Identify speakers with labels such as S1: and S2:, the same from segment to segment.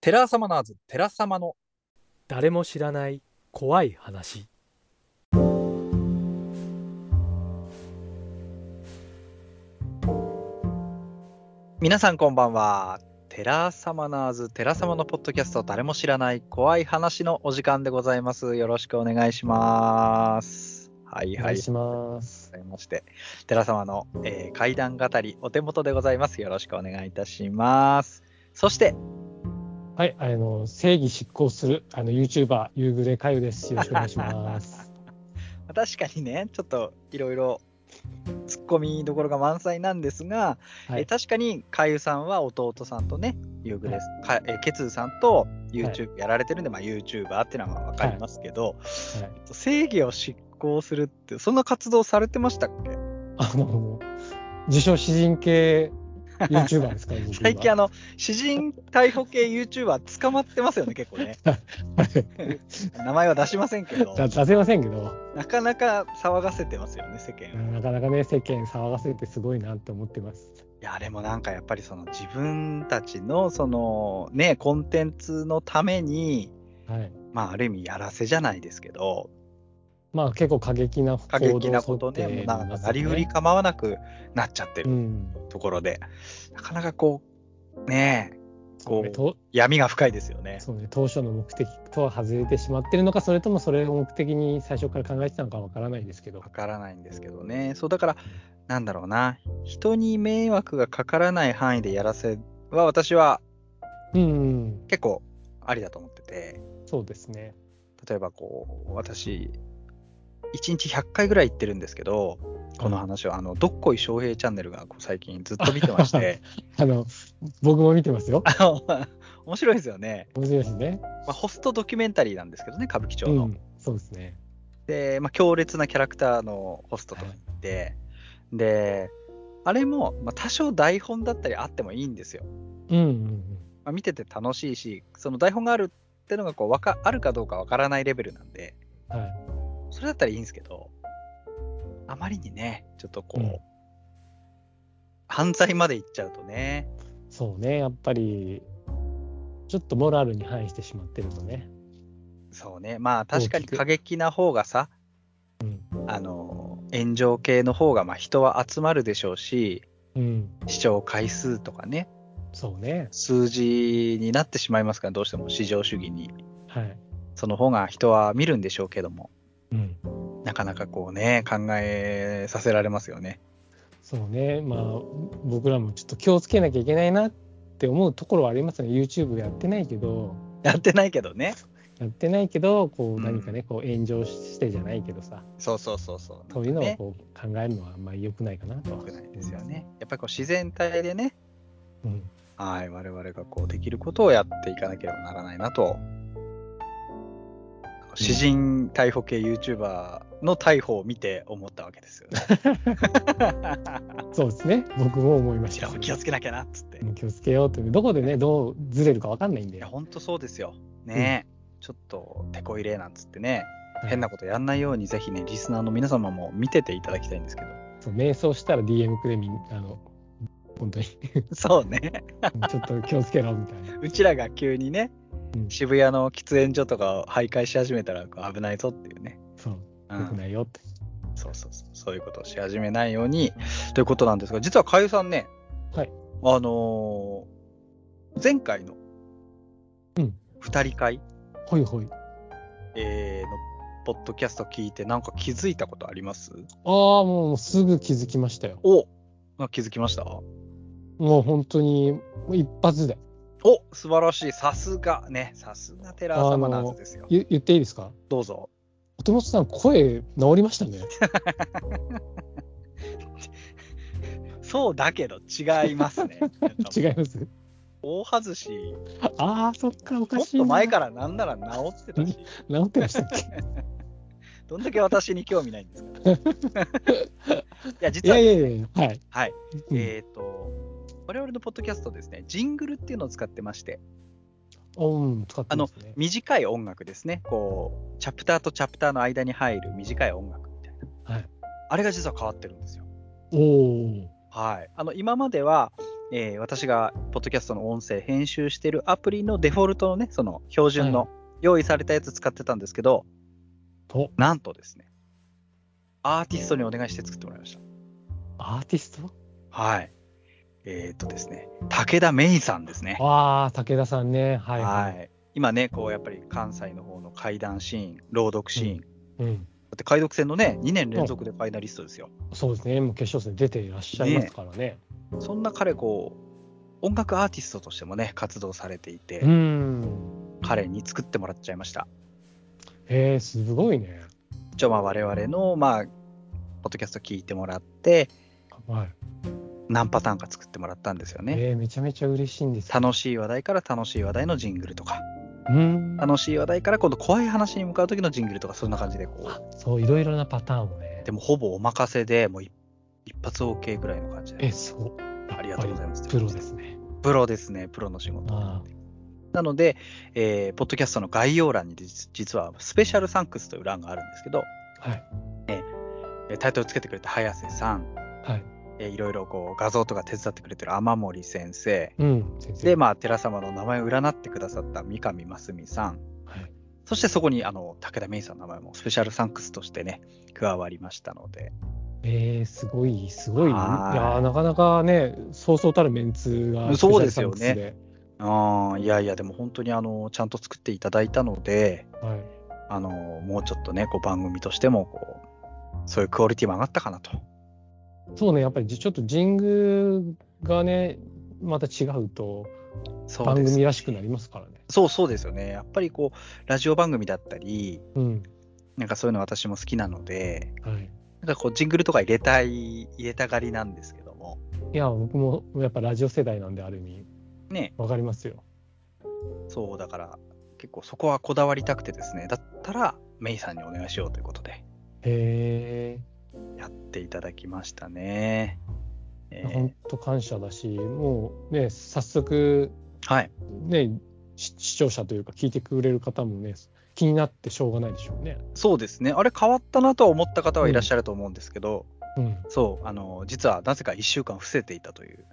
S1: テラサマナーズ、テラサマの。
S2: 誰も知らない怖い話
S1: 皆さんこんばんは。テラサマナーズ、テラサマのポッドキャスト、誰も知らない怖い話のお時間でございます。よろしくお願いします。はい
S3: お
S1: は
S3: 願
S1: い。
S3: いします。
S1: ございまして、テラ様の、えー、怪談語り、お手元でございます。よろしくお願いいたします。そして、
S3: はい、あの正義執行するあの YouTuber 夕暮れかゆです。よろしくお願い します。
S1: 確かにね、ちょっといろいろ突っ込みどころが満載なんですが、
S3: はい
S1: えー確かに、かゆさんは弟さんとね、ユーグレス、かえーケツーさんと YouTube やられてるんで、まあ、YouTuber ってのは分かりますけど、
S3: はい、
S1: えっと正義を執行するって、そんな活動されてましたっけ
S3: あの自称詩人系 YouTuber ですから、僕今
S1: 最近、あの、詩人逮捕系 YouTuber 捕まってますよね、結構ね。 名前は出しませんけど。
S3: だ出せませんけど、
S1: なかなか騒がせてますよね、世間を。い
S3: なかなかね世間騒がせてすごいなと思ってます。
S1: や、でもなんかやっぱりその自分たちのそのね、コンテンツのために、
S3: はい。
S1: まあある意味やらせじゃないですけど、
S3: まあ結構過激な
S1: 過
S3: 行
S1: 激
S3: 動
S1: な
S3: を
S1: こととね、もうなんかなり
S3: り
S1: ふり構わなくなっちゃって
S3: う
S1: る
S3: ん。
S1: ところで、なかなかこう、ねえ、
S3: そ
S1: こ
S3: うね
S1: う、
S3: と
S1: 闇が深いですよね。
S3: そうね当初の目的とは外れてしまってるのか、それともそれを目的に最初から考えてたのかわからないですけど
S1: わ。からないんですけどね。そうだから、なんだろうな、人に迷惑がかからない範囲でやらせは、私は
S3: うん、
S1: 結構ありだと思ってて。
S3: そうですね。
S1: 例えばこう私1日100回ぐらい行ってるんですけどこの話はあのどっこい翔平チャンネルがこう最近ずっと見てまして
S3: あの、僕も見てますよ。
S1: あの 面白いですよね、
S3: 面白いですね。
S1: まあ、ホストドキュメンタリーなんですけどね歌舞伎町
S3: う
S1: の、
S3: ん、そうですね。
S1: で、まあ、強烈なキャラクターのホストとかいて、であれも、まあ、多少台本だったりあってもいいんですよ、
S3: うん、うん
S1: まあ、見てて楽しいしその台本があるってのがこうわかあるかどうかわからないレベルなんで、
S3: うん、はい。
S1: それだったらいいんですけど、あまりにね、ちょっとこう、
S3: うん
S1: 犯罪まで行っちゃうとね、
S3: そうね、やっぱり、ちょっとモラルに反してしまってるとね。
S1: そうね、まあ確かに
S3: 大きく
S1: 過激な方がさ、
S3: うん、
S1: あの、炎上系の方がまあ人は集まるでしょうし、
S3: うん、
S1: 視聴回数とかね、
S3: そうね。
S1: 数字になってしまいますから、どうしても市場主義に。
S3: はい。
S1: その方が人は見るんでしょうけども、
S3: うん、
S1: なかなかこうね、考えさせられますよね。
S3: そうね。まあ、僕らもちょっと気をつけなきゃいけないなって思うところはありますね。YouTube やってないけど、
S1: やってないけどね。
S3: やってないけど、こ
S1: う
S3: うん何かね、こう炎上してじゃないけどさ、
S1: そうそうそうそう。
S3: そういうの
S1: ね
S3: をこう考えるのはあんまり良くないかなとは。
S1: 良くないですよね。やっぱりこう自然体でね、
S3: うん。
S1: はい、我々がこうできることをやっていかなければならないなと。詩人逮捕系 YouTuber の逮捕を見て思ったわけですよね。
S3: そうですね。僕も思いまし
S1: い
S3: た
S1: や。気をつけなきゃなっつって。い
S3: もう気をつけようという、どこでね、どうずれるか分かんないんだ
S1: や、
S3: よ。
S1: ほんとそうですよ。ねえ、ちょっと手こ入れなんつってね、
S3: はい
S1: 変なことやんないように、ぜひね、リスナーの皆様も見てていただきたいんですけど。
S3: そう瞑想したら DM くれみんあの本当に ち
S1: そうね。
S3: ょっと気をつけろみたいな
S1: うちらが急にね、
S3: うん
S1: 渋谷の喫煙所とかを徘徊し始めたらこう危ないぞっていうね。
S3: そう
S1: うん
S3: 良くないよって、
S1: そうそうそう、そういうことをし始めないようにということなんですが、実はかゆさんね、
S3: はい、
S1: あのー前回の
S3: うん
S1: 二人会、
S3: ほいほい
S1: えーのポッドキャスト聞いて、なんか気づいたことあります
S3: ああもうすぐ気づきましたよ
S1: おなんか気づきました
S3: もう本当にもう一発で
S1: お素晴らしい、さすがね、さすがテラー様なんですよ。
S3: ゆ言っていいですか
S1: どうぞ。
S3: 音本さん声治りまし たね。
S1: そうだけど違いますね
S3: 違います
S1: 大外し、
S3: ああそっかおか
S1: もっ
S3: しいな
S1: と前からなんなら治ってたし、
S3: 治ってまし たっけ
S1: どんだけ私に興味ないんですか。 いや、
S3: い
S1: 実は
S3: やいやいやいやはい
S1: はい、
S3: うん
S1: えっ、と、我々のポッドキャストですね、ジングルっていうのを使ってまして、
S3: うん使ってますね
S1: 短い音楽ですね、こう、チャプターとチャプターの間に入る短い音楽みたいな、
S3: はい
S1: あれが実は変わってるんですよ。
S3: おおー
S1: はい、あの今までは、えー私がポッドキャストの音声編集してるアプリのデフォルトのね、その標準の用意されたやつ使ってたんですけど、
S3: お
S1: なんとですね、アーティストにお願いして作ってもらいました。
S3: アーティスト
S1: はい。えーっとですね、武田芽衣さんですね。
S3: ああ、武田さんね。はい、。
S1: はいい。今ね、こうやっぱり関西の方の怪談シーン、朗読シーン、だ
S3: うん。
S1: って解読戦のね、2年連続でファイナリストですよ。
S3: そうですね。もう決勝戦出ていらっしゃいますからね。
S1: そんな彼、こう、音楽アーティストとしてもね、活動されていて、
S3: うーん。
S1: 彼に作ってもらっちゃいました。
S3: へえ、すごいね。
S1: 一応、まあ、我々の、まあ、ポッドキャスト聞いてもらって、
S3: はい。
S1: 何パターンか作ってもらったんですよね。
S3: えーめちゃめちゃ嬉しいんですよ。
S1: 楽しい話題から楽しい話題のジングルとか、
S3: うーん。
S1: 楽しい話題から今度怖い話に向かう時のジングルとか、そんな感じでこう。
S3: そう、いろいろなパターンをね。
S1: でもほぼお任せで、もう一一発 OK ぐらいの感じ
S3: え、
S1: で、
S3: すごい。
S1: ありがとうございます。
S3: プロですね。
S1: プロですね、プロの仕事。
S3: あ
S1: なので、えーポッドキャストの概要欄に実実はスペシャルサンクスという欄があるんですけど、
S3: はい。
S1: えータイトルつけてくれた早瀬さん、
S3: はい。
S1: えーいろいろこう画像とか手伝ってくれてる天森先生、
S3: うん。先生。
S1: で、まあ、寺様の名前を占ってくださった三上真澄さん、
S3: はい
S1: そしてそこにあの武田芽衣さんの名前もスペシャルサンクスとしてね、加わりましたので、
S3: えー、すごい、すごい。いや
S1: はい
S3: ーなかなかね、そうそうたるメンツが、
S1: そうですよね
S3: スペシャル
S1: あーいやいや、でも本当にあのちゃんと作っていただいたので、
S3: サンクスで。はい。
S1: あのもうちょっとね、こう番組としてもこう、そういうクオリティも上がったかなと。
S3: そうね、やっぱりじちょっと神宮がね、また違うと、
S1: そう
S3: 番
S1: です
S3: 組らしくなりますからね。
S1: そうそうですよね。やっぱりこう、ラジオ番組だったり、
S3: うん。
S1: なんかそういうの私も好きなので、
S3: はい。
S1: なんかこう、ジングルとか入れたい、入れたがりなんですけども、
S3: いや、僕もやっぱラジオ世代なんで、ある意味、
S1: ね、
S3: わかりますよ。
S1: そうだから、結構そこはこだわりたくてですね、だったら、メイさんにお願いしようということで、
S3: へ
S1: やっていただきましたね。え
S3: え、
S1: ー
S3: 本当感謝だし、もうね、早速、
S1: はい。
S3: ね、し視聴者というか、聞いてくれる方もね、気になってしょうがないでしょうね。
S1: そうですね。あれ変わったなとは思った方はいらっしゃると思うんですけど、
S3: うん。
S1: そう、あの、実はなぜか1週間伏せていたという。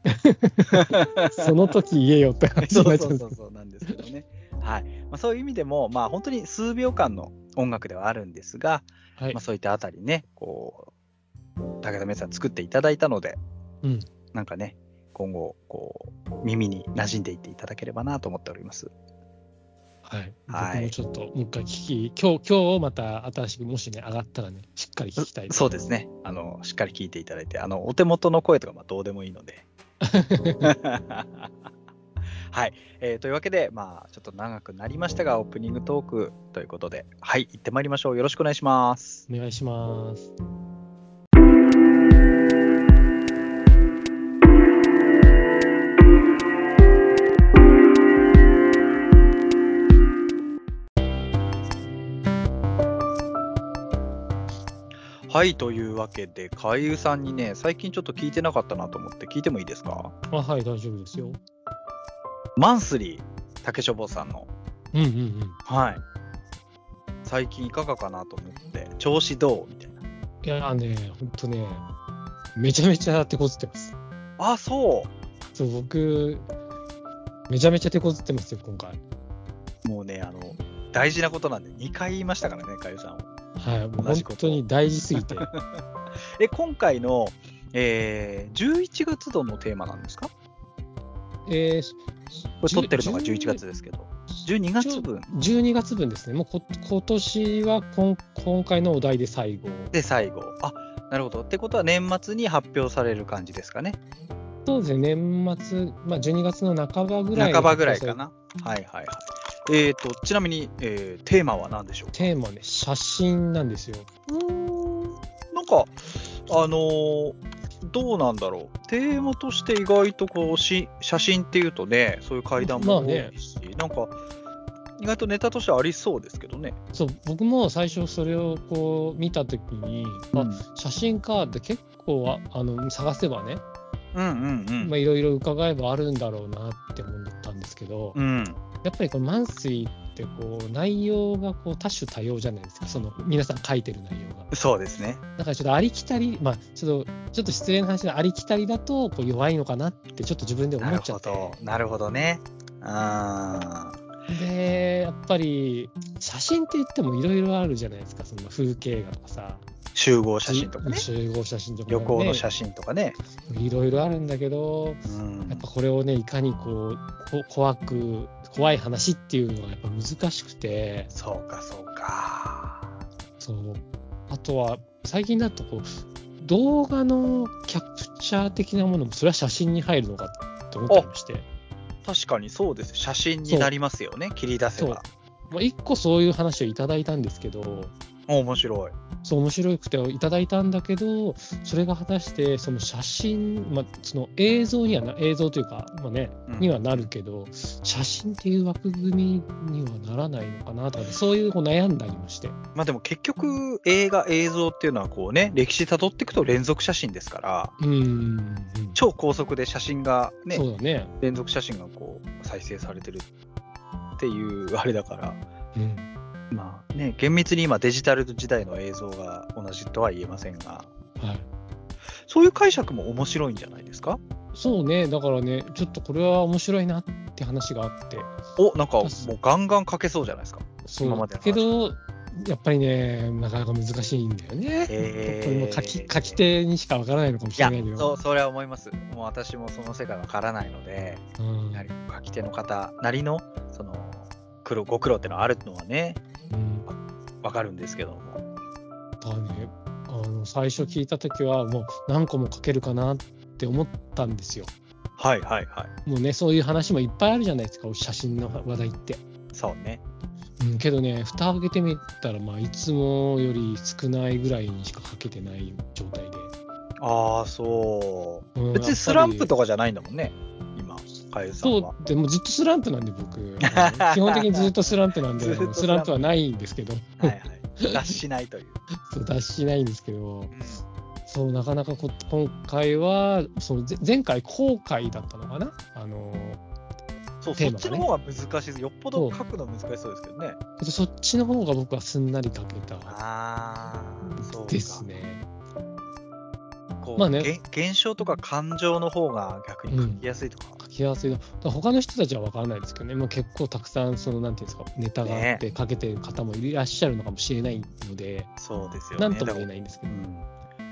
S3: その時言えよって 話
S1: そ
S3: にな
S1: う
S3: っちゃ
S1: そううんそうそ
S3: ですけど
S1: うなんですけどね。はいまあ、そういう意味でも、まあ、本当に数秒間の音楽ではあるんですが、
S3: はい
S1: まあ、そういったあたりね、こう、武田芽さん作っていただいたので、
S3: うん
S1: なんかね、今後、こう、耳に馴染んでいっていただければなと思っております。
S3: はい、
S1: はい
S3: 僕もちょっともう一回聞き、今日今日また新しく、もしね、上がったらね、しっかり聞きたいです。
S1: そうですね。あの、しっかり聞いていただいて、あの、お手元の声とか、まあ、どうでもいいの で。はい、えーというわけで、まあ、ちょっと長くなりましたが、オープニングトークということで、はい、行ってまいりましょう。よろしくお願いします。
S3: お願いします。
S1: はい、というわけで、海優さんにね、最近ちょっと聞いてなかったなと思って、聞いてもいいですか
S3: あはい、大丈夫ですよ。
S1: マンスリー、竹書房さんの。
S3: うんうんうん。
S1: はい。最近いかがかなと思って、調子どうみたいな。
S3: いやーね、ほんとね、めちゃめちゃ手こずってます。
S1: あ、そ
S3: そう、僕、めちゃめちゃ手こずってますよ、今回。
S1: うもうね、あの、大事なことなんで、2回言いましたからね、かゆさんは。
S3: はい、もう
S1: 同
S3: 本
S1: じこと
S3: 当に大事す ぎて。
S1: え、今回の、えー、11月度のテーマなんですか
S3: えー、
S1: これ撮ってるのが11
S3: 10
S1: 月ですけど、12月分
S3: 12月分ですね。もうこ今年はこん今回のお題で最後。
S1: で最後。あ、なるほど。ってことは、年末に発表される感じですかね。
S3: そうですね、年末、まあ、12月の半ばぐらいに
S1: 半ばぐらいかな。はいはいはい。えー、と、ちなみに、えーテーマは何でしょう
S3: テーマね、写真なんですよ。
S1: なんか、あのーどうなんだろう。テーマとして意外とこうし、写真っていうとね、そういう階段
S3: ま
S1: も
S3: あね
S1: 多いし、なんか、意外とネタとしてありそうですけどね。
S3: そう、僕も最初それをこう見たときに、
S1: う
S3: あ
S1: ん
S3: 写真かって結構ああの探せばね、
S1: うんうん
S3: まあいろいろ伺えばあるんだろうなって思ったんですけど、
S1: うん。うん。
S3: やっぱりこのマンスリーってこう内容がこう多種多様じゃないですかその皆さん書いてる内容が
S1: そうですね。
S3: だからちょっとありきたりまあちょっとちょっと失礼な話のありきたりだとこう弱いのかなってちょっと自分で
S1: な
S3: 思
S1: る
S3: っちゃ
S1: ほ
S3: って
S1: ど。なるほどね。あ
S3: でやっぱり写真って言ってもいろいろあるじゃないですかその風景画とかさ
S1: ー集合写真とかね。
S3: 集合写真とか、ね、
S1: 旅行の写真とかね。
S3: いろいろあるんだけど
S1: うん
S3: やっぱこれをねいかにこうこ怖く怖い話っていうのがやっぱ難しくて
S1: そうか、そうか。
S3: そうあとは最近だとこう動画のキャプチャー的なものもそれは写真に入るのかって思ったりもして
S1: 確かにそうです。写真になりますよね。切り出せば。
S3: もう一個そういう話をいただいたんですけど
S1: 面白い。
S3: そう面白くていただいたんだけどそれが果たしてその写真、まあ、その映像にはな映像というか、まあね、
S1: うん
S3: にはなるけど写真っていう枠組みにはならないのかなとかねそういうこう悩んだりもして
S1: まあでも結局映画映像っていうのはこうね歴史たどっていくと連続写真ですから
S3: うんうん
S1: 超高速で写真がね
S3: そうだね、
S1: 連続写真がこう再生されてるっていうあれだから
S3: うん、
S1: まあね厳密に今デジタル時代の映像が同じとは言えませんが
S3: はい
S1: そういう解釈も面白いんじゃないですか
S3: そうねだからねちょっとこれは面白いなって話があって
S1: おなんかも
S3: 確か
S1: うガンガン書けそうじゃ ないですか
S3: そう
S1: 今までの話
S3: けどやっぱりねなかなか難しいんだよね、
S1: へー
S3: これも書き書き手にしかわからないのかも
S1: い
S3: しれ
S1: や
S3: ないけど
S1: そうそれは思いますもう私もその世界わからないので
S3: うん
S1: やはり書き手の方なりのその苦労ご苦労ってのはあるのはね
S3: うん
S1: わかるんですけども。
S3: だからねあの最初聞いた時はもう何個も書けるかなって思ったんですよ
S1: はいはいはい。
S3: もうねそういう話もいっぱいあるじゃないですか写真の話題って、
S1: そうね。
S3: うん、けどね蓋を開けてみたらまあいつもより少ないぐらいにしか書けてない状態で、
S1: ああ、そう。
S3: うん
S1: 別にスランプと
S3: やっぱ
S1: かじゃないんだもんね。今、かゆ
S3: り
S1: さんは
S3: そ。うでもずっとスランプなん で僕あの基本的にずっとスランプなんで
S1: ずっとスランプ
S3: スランプはないんですけど
S1: はいはい。脱しないという。
S3: そう脱しないんですけどそうなかなかこ今回はそのぜ前回後悔だったのかなあの
S1: そう、
S3: テ
S1: そっ
S3: ーマがね
S1: ちの方が難しいです。よっぽど書くの難しそうですけどね。
S3: けどそっちの方が僕はすんなり書けた
S1: ああ、そうか。
S3: ですね。
S1: こう、ま
S3: まあ
S1: あ
S3: ね
S1: ね、現象とか感情の方が逆に書きやすいとか。
S3: 書き合わせがだから他の人たちは分からないですけどね、まあ、結構たくさんそのなんていうんですかネタがあって書けてる方もいらっしゃるのかもしれないので
S1: そうですよね。
S3: 何とも言
S1: だか
S3: え
S1: ら
S3: ないんですけ
S1: う
S3: ど、
S1: ん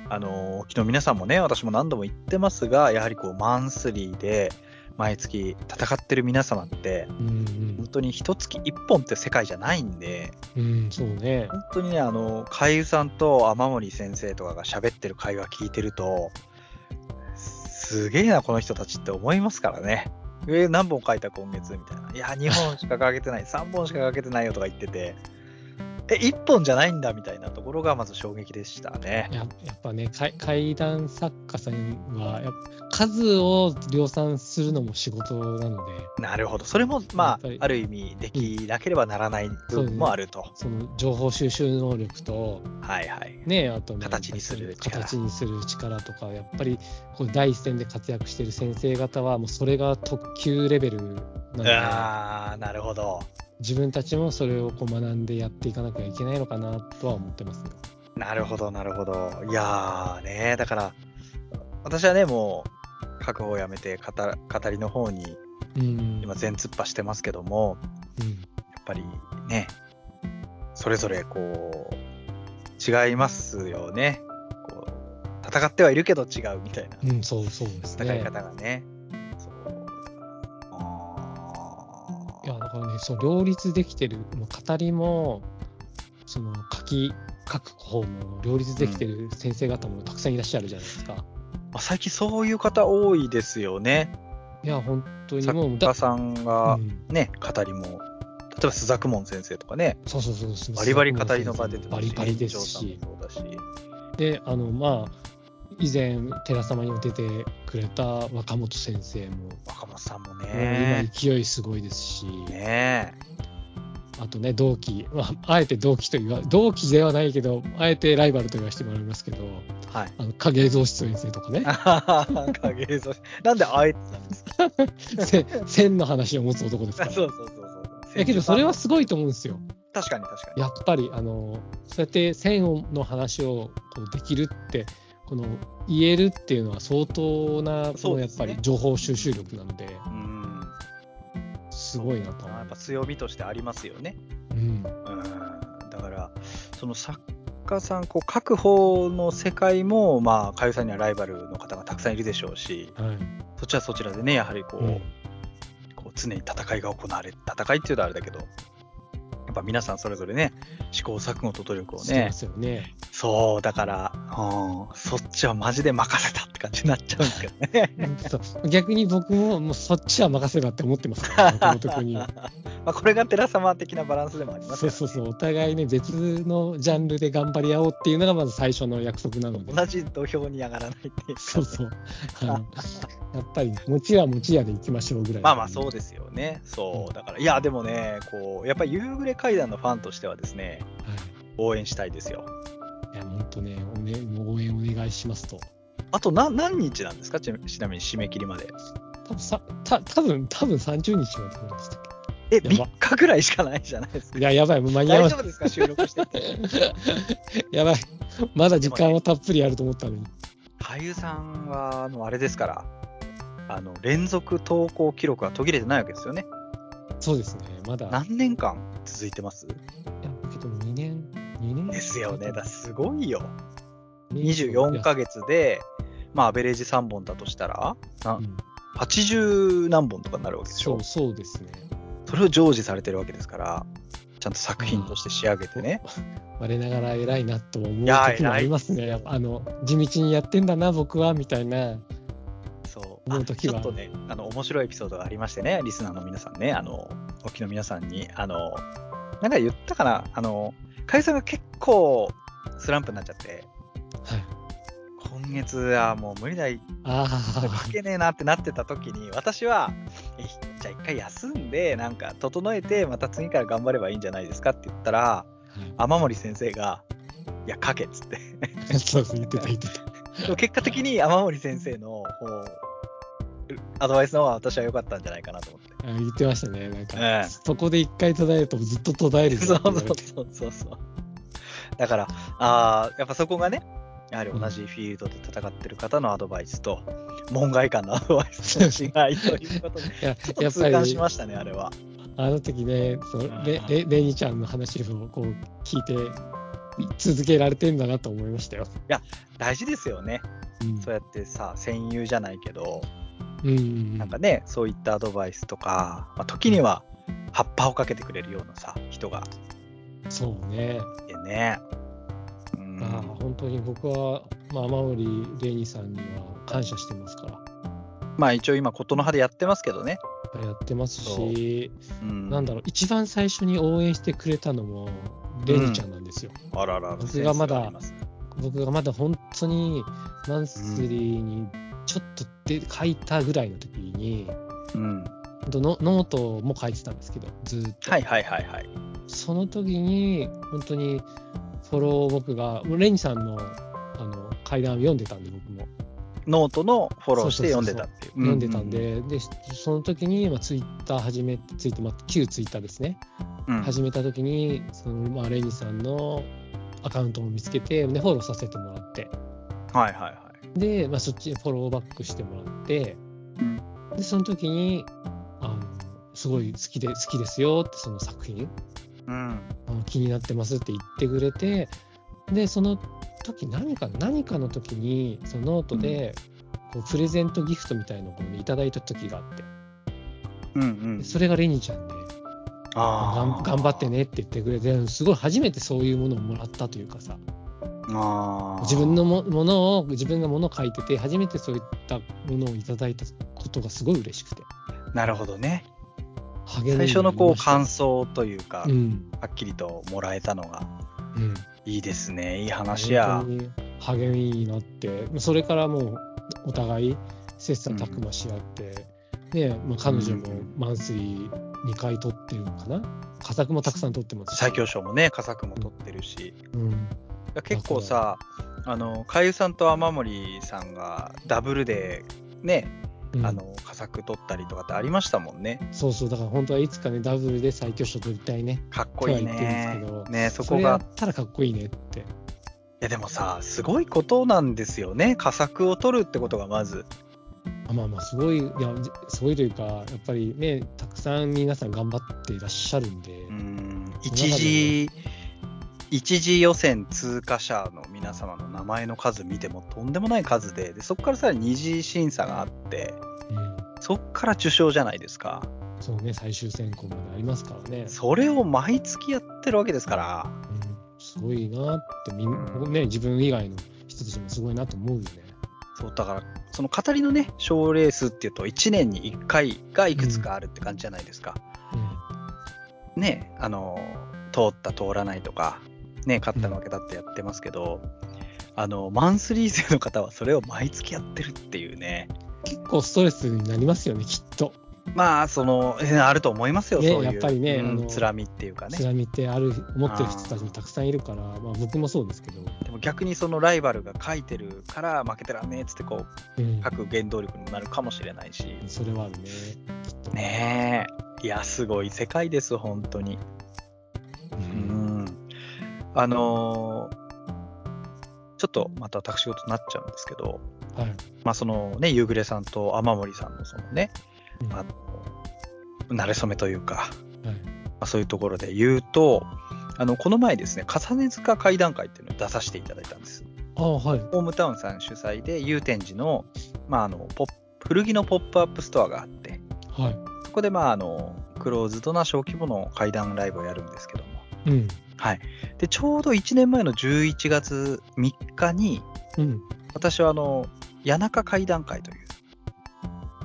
S1: あのー昨日皆さんもね、私も何度も言ってますが、やはりこう、マンスリーで、毎月戦ってる皆様って、
S3: うん
S1: 本当に一月一本って世界じゃないんで
S3: うん、うん、そうね
S1: 本当にねあの海優さんと雨森先生とかが喋ってる会話聞いてるとすげえなこの人たちって思いますからね。えー何本書いた今月みたいな。いや、2本しか書けてない、3本しか書けてないよとか言ってて、え、1本じゃないんだみたいなところがまず衝撃でしたね。
S3: ややっぱね怪怪談作家さんはやっぱ数を量産するのも仕事なので
S1: なるほど。それも、
S3: や
S1: ま
S3: っぱ
S1: あ
S3: り、
S1: ある意味、できなければならない部分もあると。
S3: その情報収集能力と
S1: はいはい。
S3: ねあとね
S1: 形にする力
S3: 形にする力とかやっぱりこう第一線で活躍してる先生方はもうそれが特級レベルなので
S1: ああ、なるほど。
S3: 自分たちもそれをこう学んでやっていかなきゃいけないのかなとは思ってますね
S1: なるほど、なるほど。いやーね、だから、私はね、もう、書く方をやめて語、語りの方に、
S3: うん
S1: 今、全突破してますけども、
S3: うん
S1: やっぱりね、それぞれ、こう、違いますよね。こう、戦ってはいるけど違うみたいな、
S3: うん、そうそうです
S1: 戦い
S3: ね。
S1: 方がね。そう。あ
S3: いや
S1: ー
S3: だからねその両立できてるもう語りもその書き書く方も両立できてる先生方もたくさんいらっしゃるじゃないですか。
S1: まあ最近そういう方多いですよね。
S3: いや本当にも
S1: 作
S3: う
S1: 家さんが
S3: うん
S1: ね、語りも、例えば朱雀門先生とかね、
S3: そうそうそうそう
S1: バリバリ語りの場出て
S3: バリバリですし
S1: 園長さんもそうだし
S3: であのまあ以前寺様にも出てくれた若本先生も、もう
S1: 若松さんも
S3: 今
S1: ね。
S3: 勢いすごいですし、
S1: ね
S3: あとね同期、まあ、あえて同期と言わ同期ではないけどあえてライバルと言わせてもらいますけど
S1: え。はい。
S3: あの影蔵室先生とかね
S1: あはは 影絵像なんであえてなんですか
S3: せ線の話を持つ男ですか
S1: あ
S3: ら
S1: そうそうそうそう。
S3: だけどそれはすごいと思うんですよ。
S1: 確かに確かに。
S3: やっぱりあのそうやって線の話をこうできるってこの言えるっていうのは相当なこ
S1: そう
S3: の
S1: で
S3: や
S1: す
S3: っ
S1: ね
S3: ぱり情報収集力なので
S1: うん。
S3: すごいなと思
S1: や
S3: う
S1: っぱ強みとしてありますよね。
S3: うん
S1: うん。だから、その作家さん、こう、書く方の世界も、まあ、かゆさんにはライバルの方がたくさんいるでしょうし、
S3: はい
S1: そっちはそちらでね、やはりこう、
S3: うん
S1: こう常に戦いが行われ、戦いっていうとあれだけど、やっぱ皆さんそれぞれね、試行錯誤と努力を
S3: して
S1: ね
S3: ま、すよね。
S1: そう、だから、うん、そっちはマジで任せたって感じになっちゃうんですけどね。
S3: そう逆に僕ももうそっちは任せばって思ってますからね、このとこに。
S1: まあこれが寺様的なバランスでもあります
S3: そ
S1: よ
S3: う
S1: ね。
S3: そうそう、お互いね、別のジャンルで頑張り合おうっていうのがまず最初の約束 なので。
S1: 同じ土俵に上がらないっていうか
S3: そうそう。あのやっぱり、持ちや持ちやで行きましょうぐらい。
S1: まあまあそうですよね。そうう。だから、いや、でもね、こう、やっぱり夕暮れ階段のファンとしてはですね、
S3: はい
S1: 応援したいですよ。
S3: いや、本当ね、おね応援お願いしますと。
S1: あと何、何日なんですかちなちなみに締め切りまで。
S3: 多分さ、た多分多分30日までなんでしたっ
S1: え、
S3: ば
S1: 3日ぐらいしかないじゃないですか。
S3: けいや、やばい、もう間に合
S1: 大
S3: わ
S1: 丈
S3: ない。
S1: 夫ですか収録してて。
S3: やばい。まだ時間はたっぷりあると思ったのに。
S1: 俳優さんは、あの、あれですから、あの、連続投稿記録が途切れてないわけですよね。
S3: そうですね、まだ。
S1: 何年間続いてます
S3: いや、けど2年、2年
S1: ですよね。だすごいよ。
S3: 二十四
S1: 24ヶ月で、まあ、アベレージ3本だとしたら、な
S3: うん
S1: 80何本とかになるわけでし
S3: そ
S1: ょ
S3: う、。そうですね。
S1: それを常時されてるわけですから、ちゃんと作品として仕上げてね。
S3: 我ながら偉いなと思う
S1: いや
S3: 時もあります
S1: 偉
S3: ね。
S1: い
S3: やっぱあの地道にやってんだな僕はみたいな。
S1: そう
S3: 思
S1: あ
S3: う時
S1: ちょ
S3: は
S1: っとね、あの面白いエピソードがありましてね、リスナーの皆さんね、あの、お聞きの皆さんに、あの、なんか言ったかな、あの、かゆさんが結構スランプになっちゃって、
S3: はい。
S1: 今月はもう無理だ、い
S3: あ
S1: 書けねえなってなってた時に、私は、えじゃあ一回休んで、なんか整えて、また次から頑張ればいいんじゃないですかって言ったら、
S3: あ。
S1: 雨森先生が、いや、書けっつって。
S3: そうですね言ってた言ってた。
S1: でも結果的に雨森先生のこうアドバイスの方が私は良かったんじゃないかなと思って。
S3: あ言ってましたね。なんか、
S1: ええ
S3: そこで一回途絶えるとずっと途絶える
S1: そ
S3: ぞ
S1: う
S3: って言
S1: そ
S3: われて
S1: うそうそうそう。だから、あーやっぱそこがね、やはり同じフィールドで戦ってる方のアドバイスと、門外漢のアドバイスの違いということで、ち
S3: い
S1: ょっ
S3: やや
S1: と
S3: っぱ
S1: 痛感し
S3: り
S1: ましたね、あれは。
S3: あの時ね、そうレ
S1: うん
S3: レレニちゃんの話をこう聞いて続けられてんだなと思いましたよ。
S1: 大事ですよね。
S3: うん
S1: そうやってさ、戦友じゃないけど、
S3: うんうん
S1: なんかね、そういったアドバイスとか、まあ、時には葉っぱをかけてくれるようなさ、人が
S3: そうね。
S1: いてね。うん
S3: ああ本当に僕は、まあ、天織レニさんには感謝してますから。
S1: まあ一応今、ことの葉でやってますけどね。
S3: やってます
S1: そ
S3: し、
S1: うん
S3: なんだろう、一番最初に応援してくれたのも、レニちゃんなんですよ。
S1: あららら、
S3: 僕がまだ
S1: センスあります
S3: 僕がまだ本当に、マンスリーにちょっとで書いたぐらいの時に、
S1: うん。
S3: ほんとノノートも書いてたんですけど、ずーっと。
S1: はいはいはいはい。
S3: その時に、本当に、フォローを僕が、レニさんの、あの、会談を読んでたんで、僕も。
S1: ノートのフォローして読んでたっていう。
S3: 読んでたん
S1: う
S3: で、で、その時に、まあ、ツイッター始め、ツイッター、まあ、旧ツイッターですね。
S1: うん、うん
S3: 始めた時にその、まあ、レニーさんのアカウントも見つけてでフォローさせてもらって
S1: はいはいは
S3: で、まあ、そっちにフォローバックしてもらって
S1: うん
S3: でその時にあのすごい好きで好きですよってその作品
S1: い。うん。
S3: あの気になってますって言ってくれてでその時何か何かの時にそのノートで、こうプレゼントギフトみたいのをこういただいた時があって
S1: うんう
S3: で
S1: ん。
S3: それがレニーちゃんでがん
S1: あー
S3: 頑張って。ねって言ってくれてすごい初めてそういうものをもらったというかさ
S1: あー
S3: 自分のもものを自分がものを書いてて初めてそういったものをいただいたことがすごい嬉しくて
S1: なるほどね。
S3: 励み
S1: 最
S3: になりました
S1: 初のこう感想というか、
S3: うん
S1: はっきりともらえたのが
S3: うん
S1: いいですね。いい話や
S3: 本。当に励みになってそれからもうお互い切磋琢磨し合って、ねまあ、彼女も
S1: うん
S3: マンスリー2回取ってるのかな佳作もたくさん取ってますし
S1: 最強賞もね、佳作も取ってるし。
S3: うん
S1: いや結構さあの海優さんと雨森さんがダブルでね
S3: うん
S1: あの佳作取ったりとかってありましたもんね
S3: そうそうだから本当はいつかねダブルで最強賞取りたいね
S1: かっこいい
S3: とは言ってる
S1: ね
S3: んですけど
S1: ねそ
S3: そ
S1: こ
S3: れや
S1: が
S3: ったらかっこいいねって
S1: いやでもさすごいことなんですよね佳作を取るってことがまず
S3: あまあまあすごいいやじすごいというかやっぱりねたくさん皆さん頑張っていらっしゃるんで、
S1: うん一時一時予選通過者の皆様の名前の数見てもとんでもない数ででそこからさらに二次審査があって
S3: うん
S1: そこから受賞じゃないですか
S3: そうね最終選考までありますからね、
S1: それを毎月やってるわけですから
S3: うんすごいなってみん、ね、自分以外の人たちもすごいなと思うよね
S1: そうだからその語りのね賞レースっていうと1年に1回がいくつかあるって感じじゃないですか、ねあの通った通らないとかね勝った負けだってやってますけど、あのマンスリー生の方はそれを毎月やってるっていうね
S3: 結構ストレスになりますよねきっと
S1: まあそのえーあると思いますよ、
S3: ね
S1: そういう
S3: やっぱりね
S1: うん
S3: あの
S1: 辛みっていうかね
S3: つらみってある思ってる人たちもたくさんいるからまあ、僕もそうですけど、
S1: でも逆にそのライバルが書いてるから負けてらんねえっつってこう
S3: うん
S1: 書く原動力にもなるかもしれないし
S3: それはあるねきっと
S1: ねえいやすごい世界です本当に
S3: う
S1: うんんあのーちょっとまた私事になっちゃうんですけど、
S3: はい
S1: まあそのね、夕暮れさんと雨森さんのそのね、
S3: うん
S1: あの、慣れ初めというか、
S3: はい
S1: まあ、そういうところで言うと、あの、この前ですね、重ね塚会談会っていうのに出させていただいたんです。
S3: ああはい
S1: ホームタウンさん主催で、祐天寺の、まああの、ポップ古着のポップアップストアがあって、
S3: は
S1: そこでまああの、クローズドな小規模の会談ライブをやるんですけども、
S3: いうん
S1: はい。で、ちょうど1年前の11月3日に、
S3: うん
S1: 私はあの、谷中会談会という、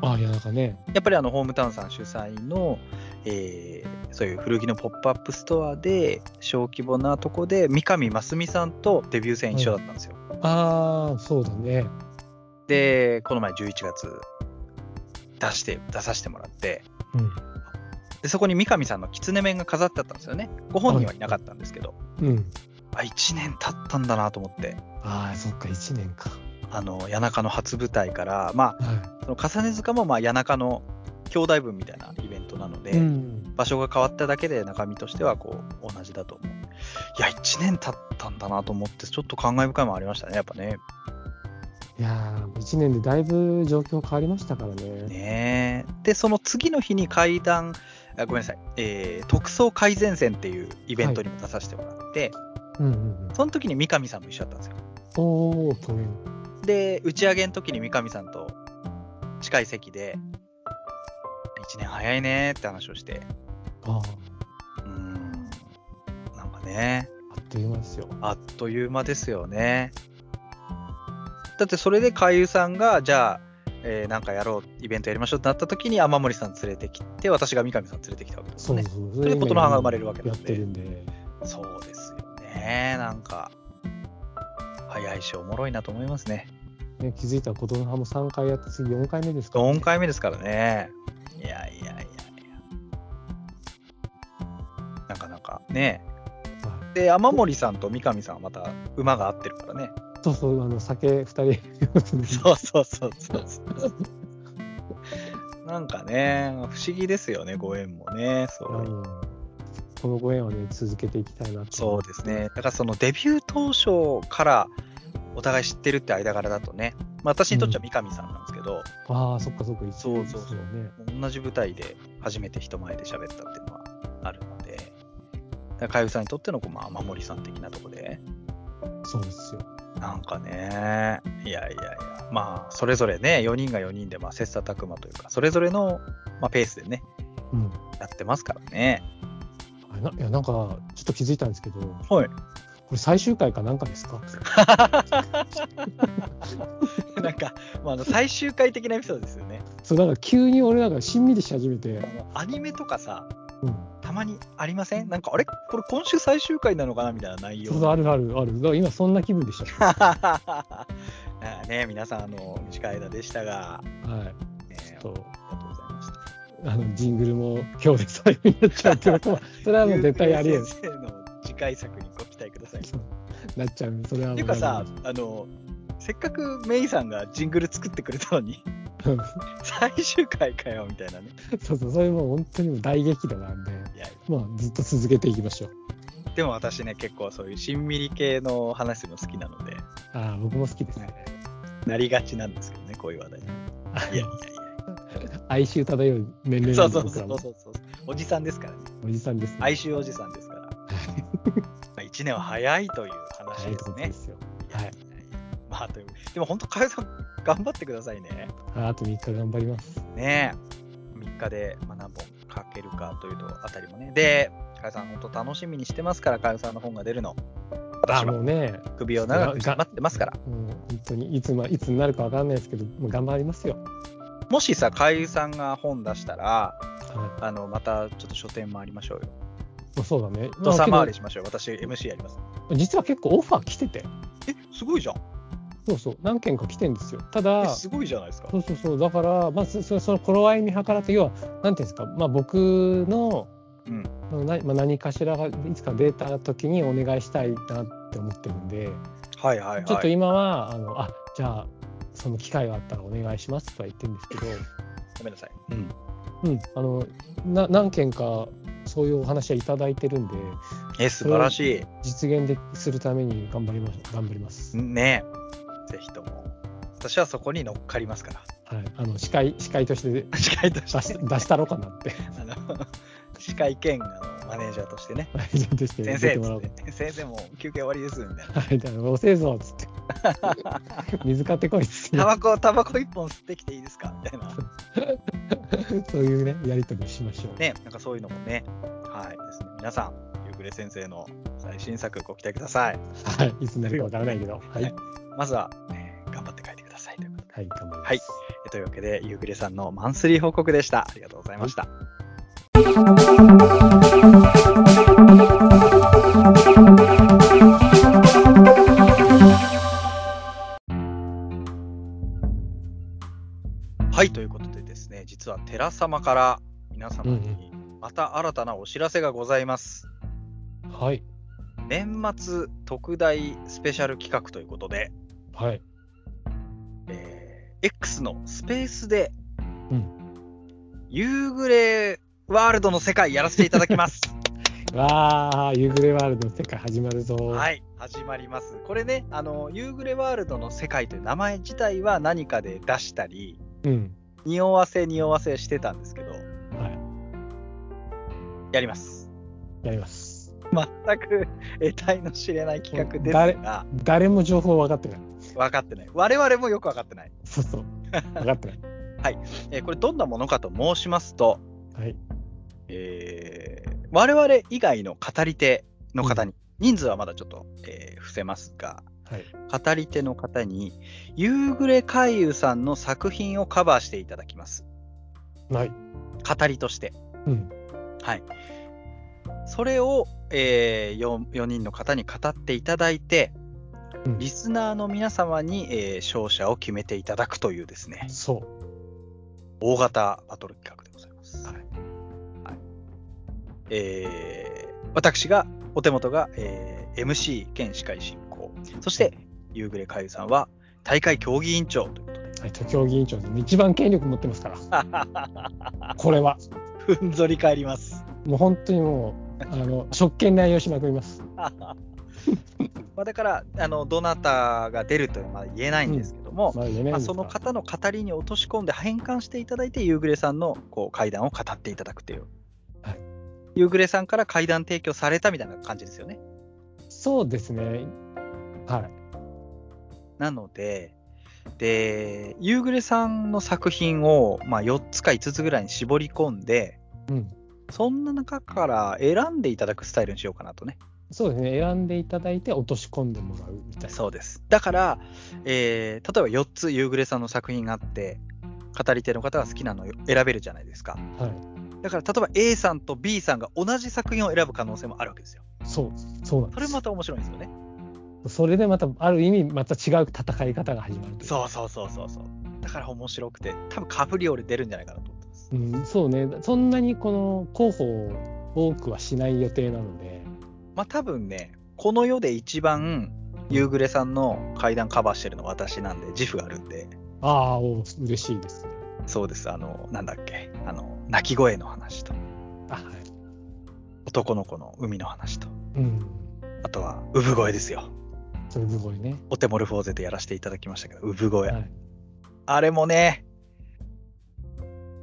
S3: ああいやなんかね
S1: やっぱりあのホームタウンさん主催の、えーそういう古着のポップアップストアで小規模なとこで三上真澄さんとデビュー戦一緒だったんですよ。
S3: ああそうだね
S1: でこの前11月出して出させてもらってでそこに三上さんの狐面が飾ってあったんですよね。ご本人はいなかったんですけど、
S3: うんうん
S1: あ1年経ったんだなと思って。
S3: ああそっか1年か
S1: あの谷中の初舞台から、ま
S3: は
S1: あ、その重ね塚もまあ谷中の兄弟分みたいなイベントなので、
S3: いうん
S1: 場所が変わっただけで中身としてはこう同じだと思う。いや、1年経ったんだなと思って、ちょっと感慨深いもありましたね、やっぱね。
S3: いやー1年でだいぶ状況変わりましたからね
S1: ねえで、その次の日に会談、あごめんなさい、えー特捜改善戦っていうイベントにも出させてもらって、
S3: うんうんうん
S1: その時に三上さんも一緒だったんですよ。
S3: おお共演
S1: で、打ち上げの時に三上さんと近い席で、1年早いねって話をして、
S3: ああ
S1: うーん、なんかね、
S3: あっという間ですよ
S1: あっという間ですよね。だってそれで海優さんが、じゃあ、えーなんかやろう、イベントやりましょうってなった時に雨森さん連れてきて、私が三上さん連れてきたわけです
S3: そ
S1: よ
S3: う
S1: ね。
S3: そう
S1: それで
S3: 今
S1: 琴ノ葉が生まれるわけな
S3: や
S1: ん
S3: って
S1: で
S3: る。んで
S1: そうですよね。なんか、早いし、おもろいなと思いますね。
S3: ね気づいたら琴ノ葉も3回やって次4回目ですからね、
S1: 4回目ですからね。いやいやいやいや。なかなかね。
S3: は
S1: で、雨森さんと三上さんはまた馬が合ってるからね。
S3: いそうそうあの酒2人
S1: そうそうそうそうそう。なんかね、不思議ですよね、ご縁もね。そ
S3: あの
S1: う
S3: このご縁をね続けていきたいなと
S1: そうですね。だからそのデビュー当初からお互い知ってるって間柄だとね、まあ、私にとっちゃ三上さんなんですけど、
S3: ああそっかそっか
S1: そうそう
S3: です
S1: そう
S3: よね
S1: 同じ舞台で初めて人前で喋ったっていうのはあるので、だから、かゆさんにとってのこう、まあ、雨森さん的なとこで、
S3: そうですよ
S1: なんかね、いやいやいや、まあ、それぞれね、4人が4人で、まあ、切磋琢磨というか、それぞれの、まあ、ペースでね、
S3: うん
S1: やってますからね。
S3: あれないやなんかちょっと気づいたんですけどこ
S1: はい。
S3: れ最終回かなんかですか
S1: なんか、まあ、あの最終回的なエピソードですよね。
S3: そうなんか急に俺なんかしんみりし始めて
S1: あのアニメとかさ、
S3: うん
S1: たまにありませんなんか、あれこれ今週最終回なのかなみたいな内容。
S3: そうそうあるあるあるだから今そんな気分でした、
S1: あね、皆さん、あの、短い間でしたが、
S3: はい
S1: ね、
S3: ち
S1: あ
S3: ょっと
S1: りがとうございました。
S3: あのジングルも今日で最後になっちゃうけど それはもう絶対ありえん
S1: ゆう先生の次回作にご期待ください。っ
S3: なっちゃうそれは
S1: て
S3: も
S1: いううかさ、あの、せっかくメイさんがジングル作ってくれたのに、 最終回かよみたいなね。
S3: そうそう、それも本当にもう大激怒なんで、
S1: いや
S3: まあ、ずっと続けていきましょう。
S1: でも私ね、結構そういうしんみり系の話するの好きなので、
S3: ああ、僕も好きですね。
S1: なりがちなんですけどね、こういう話題に。いやいやい
S3: 哀愁漂う年
S1: や。
S3: 齢
S1: そ
S3: な
S1: うん
S3: で
S1: そう
S3: 僕
S1: そうそ
S3: ら
S1: う
S3: も
S1: そうおじさんですからね。
S3: おじさんです、ね。
S1: 哀愁おじさん ですから。まあ1年は早いという話
S3: 早い
S1: で
S3: と
S1: す
S3: こ
S1: ね
S3: で。すよ。はい。
S1: まあというでも本当、かゆさん、頑張ってくださいね。
S3: ああと3日頑張ります。
S1: ねえ。3日で、まあ、何本書けるかというとあたりもね。で、かゆさん、本当楽しみにしてますから、かゆさんの本が出るの。
S3: あ
S1: 私
S3: も
S1: も
S3: うね、
S1: 首を長くして
S3: が
S1: 待ってますから。
S3: もう本当にいつ,、ま、いつになるかわかんないですけど、もう頑張りますよ。
S1: もしさ、かゆさんが本出したら、
S3: は
S1: あのまたちょっと書店回りましょうよ。
S3: い。まあ、そうだね。
S1: 土佐
S3: まあ
S1: 回
S3: け
S1: りしましょう。私、MC やります。
S3: ど実は結構オファー来てて、
S1: え、すごいじゃん。
S3: そうそう、何件か来てんですよ。た
S1: え
S3: だ、
S1: すごいじゃないですか
S3: そ。うそうそう、だから、まあ、そそその頃合い見計らって、要は、なんていうんですか、まあ、僕の、
S1: うん
S3: なまあ、何かしらがいつか出た時にお願いしたいなって思ってるんで、
S1: はいはいはい。
S3: ちょっと今は、あのあじゃあ、その機会があったらお願いしますとは言ってるんですけど、
S1: ごめんなさい。うん。
S3: うん、あのな何件かそういうお話はいただいてるんで、
S1: え、素晴らし
S3: 実現でするために頑張りま頑張りま
S1: い。
S3: す。
S1: ねえ。ぜひとも。私はそこに乗っかりますから。
S3: はい、あの司会司会として
S1: 司会と
S3: 出
S1: し、
S3: して 出したろかなって、
S1: あの、司会兼あのマネージャーとしてね。
S3: 大丈夫でして
S1: 先
S3: 出
S1: 生
S3: て
S1: っ
S3: もら
S1: つ
S3: お
S1: っ
S3: うか
S1: て、先生もう休憩終わりです、みたいな。
S3: はい、だから遅えぞっつって。 水買ってこいっつって
S1: タ。バコ、タバコ一本吸ってきていいですかみたいな。
S3: そういうね、やりとりしましょう。
S1: ね、なんかそういうのもね。はい。ですね。皆さん、ゆうくれ先生の最新作ご期待ください。
S3: はい、いつになるかわからないけど。はい。
S1: はいまずは、ね、頑張って書いてください。ということで
S3: はい、頑張ります。
S1: はいえというわけで、ゆうぐれさんのマンスリー報告でした。ありがとうございました。はい、ということでですね、実は寺様から皆様にまた新たなお知らせがございます。
S3: はい。
S1: 年末特大スペシャル企画ということで、
S3: はい。
S1: えー X のスペースで、
S3: うん
S1: 夕暮れワールドの世界やらせていただき ます。
S3: わあ、夕暮れワールドの世界始まるぞ。。
S1: はいい、始まります。これね、あの、夕暮れワールドの世界という名前自体は何かで出したり、
S3: うん。
S1: 匂わせ匂わせしてたんですけど、
S3: は
S1: やります。
S3: い。やります。
S1: 全く得体の知れない企画です
S3: 誰
S1: が、
S3: 誰も情報分かってない。
S1: 分かってない。我々もよく分かってない。
S3: そ うそう。分かってない。
S1: えーこれどんなものかと申しますと、
S3: はい。
S1: えー我々以外の語り手の方に、人数はまだちょっと、えー伏せますが、
S3: はい。
S1: 語り手の方に、夕暮れ海遊さんの作品をカバーしていただきます。
S3: はい。
S1: 語りとして。
S3: うん。
S1: はい。それを、え 4, 人の方に語っていただいて、
S3: うん
S1: リスナーの皆様に、えー勝者を決めていただくというですね、
S3: そう。
S1: 大型バトル企画でございます。
S3: はい
S1: はいえー私が、お手元が、えー MC 兼司会進行、そして夕暮れかゆさんは大会競技委員長ということで、
S3: はい。都協議委員長でも一番権力持ってます から。これは。
S1: ふんぞり返ります。
S3: もう本当にもう、あの、職権内容しまくります。
S1: まあだからあの、どなたが出るというのはまだ言えないんですけども、
S3: まあ、言えないん
S1: まあ、
S3: です
S1: そ
S3: が
S1: の方の語りに落とし込んで変換していただいて、夕暮れさんのこう会談を語っていただくという、
S3: はい
S1: 夕暮れさんから会談提供されたみたいな感じですよね。
S3: そうですね。はい。
S1: なので、で夕暮れさんの作品を、まあ、4つか5つぐらいに絞り込んで、
S3: うん、
S1: そんな中から選んでいただくスタイルにしようかなとね。
S3: そうですね、選んでいただいて落とし込んでもらうみたいな。
S1: そうです。だから、えー例えば4つ夕暮れさんの作品があって、語り手の方が好きなのを選べるじゃないですか。
S3: はい、
S1: だから例えば A さんと B さんが同じ作品を選ぶ可能性もあるわけですよ。
S3: そう、そうなん
S1: そ
S3: で
S1: れ
S3: す。
S1: また面白いんですよね。
S3: それでまた、ある意味、また違う戦い方が始まるという。
S1: そうそうそうそうそう。だから面白くて、多分カフリオレ出るんじゃないかなと思ってます。
S3: うん、そうね、そんなにこの候補を多くはしない予定なので、
S1: まあ多分ね、この世で一番夕暮れさんの階段カバーしてるの私なんで、自負があるんで、
S3: ああ、お嬉しいですね。
S1: そうです。あの、なんだっけ。あの、鳴き声の話と、
S3: あはい
S1: 男の子の海の話と、
S3: うん
S1: あとは、産声ですよ。
S3: それすごいね
S1: オテモルフォーゼでやらせていただきましたけど、産声。
S3: はい
S1: あれもね、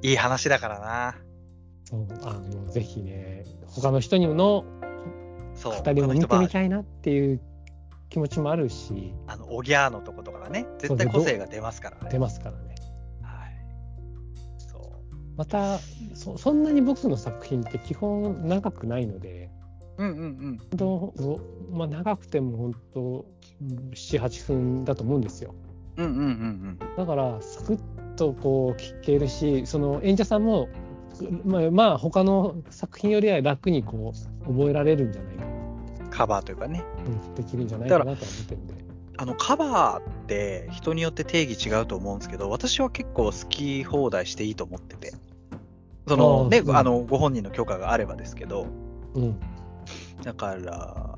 S1: いい話だからな。
S3: そうあのぜひね他の人にの
S1: そう。
S3: 語りも見てみ
S1: い。
S3: たいなっていう気持ちもあるし
S1: あの、おぎゃーのとことかがね、絶対
S3: そうで
S1: 個性が出ますからね。
S3: 出ますからね
S1: はい。そ
S3: またそそんなに僕の作品って基本長くないので
S1: う。うんうんうん。
S3: 本当、まあ、長くても本当78分だと思うんですよ
S1: うんうんうん
S3: だからサクッとこう聞けるしその演者さんもまあ、まあ、他の作品よりは楽にこう覚えられるんじゃないかな
S1: うん。カバーというかね。
S3: うんできるんじゃないかなとは思ってるんで
S1: あの、カバーって人によって定義違うと思うんですけど、私は結構好き放題していいと思ってて。そ
S3: あ
S1: の
S3: ー
S1: ね、
S3: うん
S1: あの、ご本人の許可があればですけど、
S3: うん
S1: だから、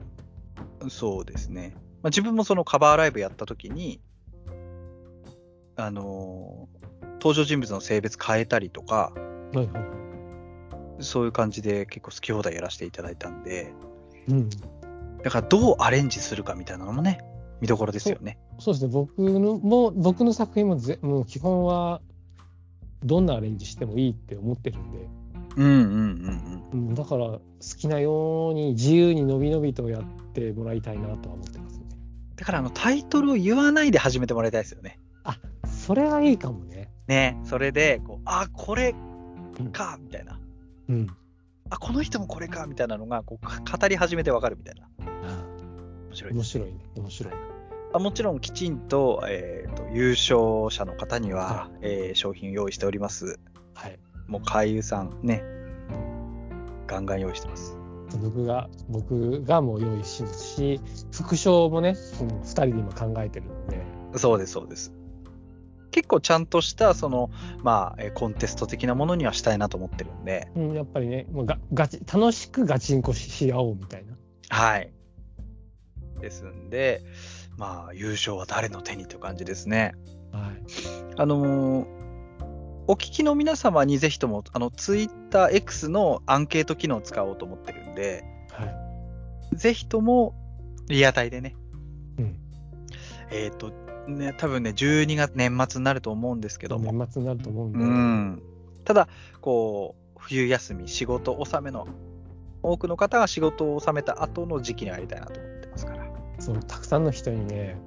S1: そうですね。まあ、自分もそのカバーライブやった時に、あのー登場人物の性別変えたりとか、
S3: はいは
S1: そういう感じで結構好き放題やらせていただいたんで、
S3: いうん
S1: だからどうアレンジするかみたいなのもね、見どころですよね。
S3: そうですね僕のも僕の作品もぜもう基本はどんなアレンジしてもいいって思ってるんで、
S1: うんうんうん
S3: うん、だから好きなように自由にのびのびとやってもらいたいなとは思ってますね
S1: うん。だからあのタイトルを言わないで始めてもらいたいですよね。
S3: あそれはいいかもね
S1: ね、それでこう、あ、これか、みたいな。
S3: うん
S1: あ、この人もこれか、みたいなのがこうか語り始めてわかるみたいな。面白いですね
S3: 面白いね面白い
S1: あもちろんきちんと,、えーと優勝者の方には
S3: は、
S1: えー商品用意しております。
S3: はい
S1: もう海遊さんね、ガンガン用意してます。
S3: 僕が僕がもう用意しますし副賞もね、うん、2人で今考えてるので
S1: そうです、そうです。結構ちゃんとしたその、まあ、えーコンテスト的なものにはしたいなと思ってるんで、
S3: うん、やっぱりね、もうがガチ楽しくガチンコしし合おうみたいな。
S1: はい。ですんで、まあ、優勝は誰の手にという感じですね。
S3: はい、
S1: あのーお聞きの皆様にぜひとも、あの、ツイッター X のアンケート機能を使おうと思ってるんで、
S3: はい
S1: ぜひともリアタイでね、
S3: うん
S1: えっ、と、ね、多分ね、12月年末になると思うんですけども、
S3: 年末になると思うんで、
S1: うん、ただ、こう、冬休み、仕事納めの、多くの方が仕事を納めた後の時期にはやりたいなと思ってますから、
S3: そうたくさんの人にね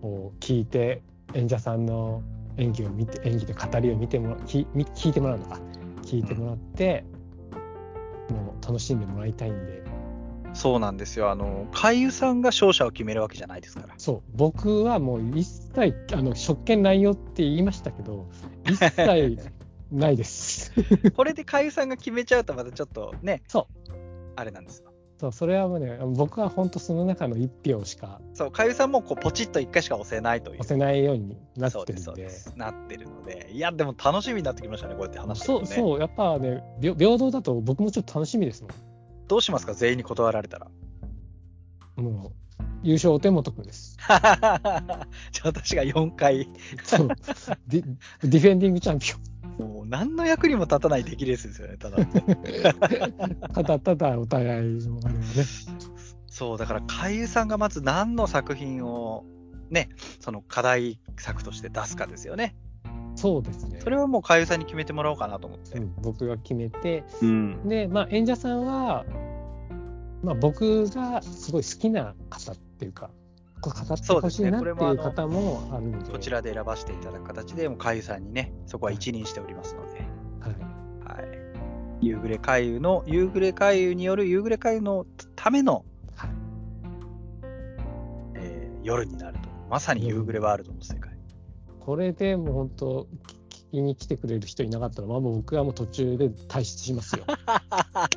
S3: こう聞いて演者さんの演技を見て演技で語りを見てもら聞み聞いてもらうのか聞いてもらって、もう楽しんでもらいたいんで
S1: そうなんですよ、あの、海遊さんが勝者を決めるわけじゃないです から、
S3: そう僕はもう一切あの職権乱用って言いましたけど 一切ないです。
S1: これで海遊さんが決めちゃうと、またちょっとね、
S3: そ
S1: あれなんですよ。
S3: そうそれはもうね僕は本当その中の一票しか
S1: そう、海遊さんもこうポチッと1回しか押せないという。
S3: 押せないようになっ
S1: そう
S3: て
S1: で
S3: る
S1: すそ
S3: ん
S1: うで
S3: です
S1: なってるので、いや、でも楽しみになってきましたね、こうやって話してると
S3: そう
S1: ね。
S3: そうやっぱね平平等だと僕もちょっと楽しみですもん。
S1: どうしますか、全員に断られ たら。
S3: もう優勝お手元くんです。
S1: じゃあ、私が4回、
S3: そうディディフェンディングチャンピ
S1: もう何の役にも立たない出来レースですよね、ただ。
S3: オン。ただただお互いのあれをね。
S1: そう、だから、海江さんがまず何の作品を、ね、その課題作として出すかですよね。
S3: そうですね。
S1: それはもう海江さんに決めてもらおうかなと思って
S3: う。ん僕が決めて
S1: うん。
S3: でまあ演者さんは、まあ、僕がすごい好きな方っていうかこう語ってほしいなっていう方もあるので
S1: こちらで選ばせていただく形で、もう海江さんにね、そこは一任しておりますので。
S3: は
S1: は
S3: い、
S1: い、夕暮れ回遊の夕暮れ回遊による夕暮れ回遊のための、
S3: はい
S1: えー夜になるとまさに夕暮れワールドの世界、
S3: これでもう本当き聞きに来てくれる人いなかったら、まあ、もう僕はもう途中で退出し ますよ。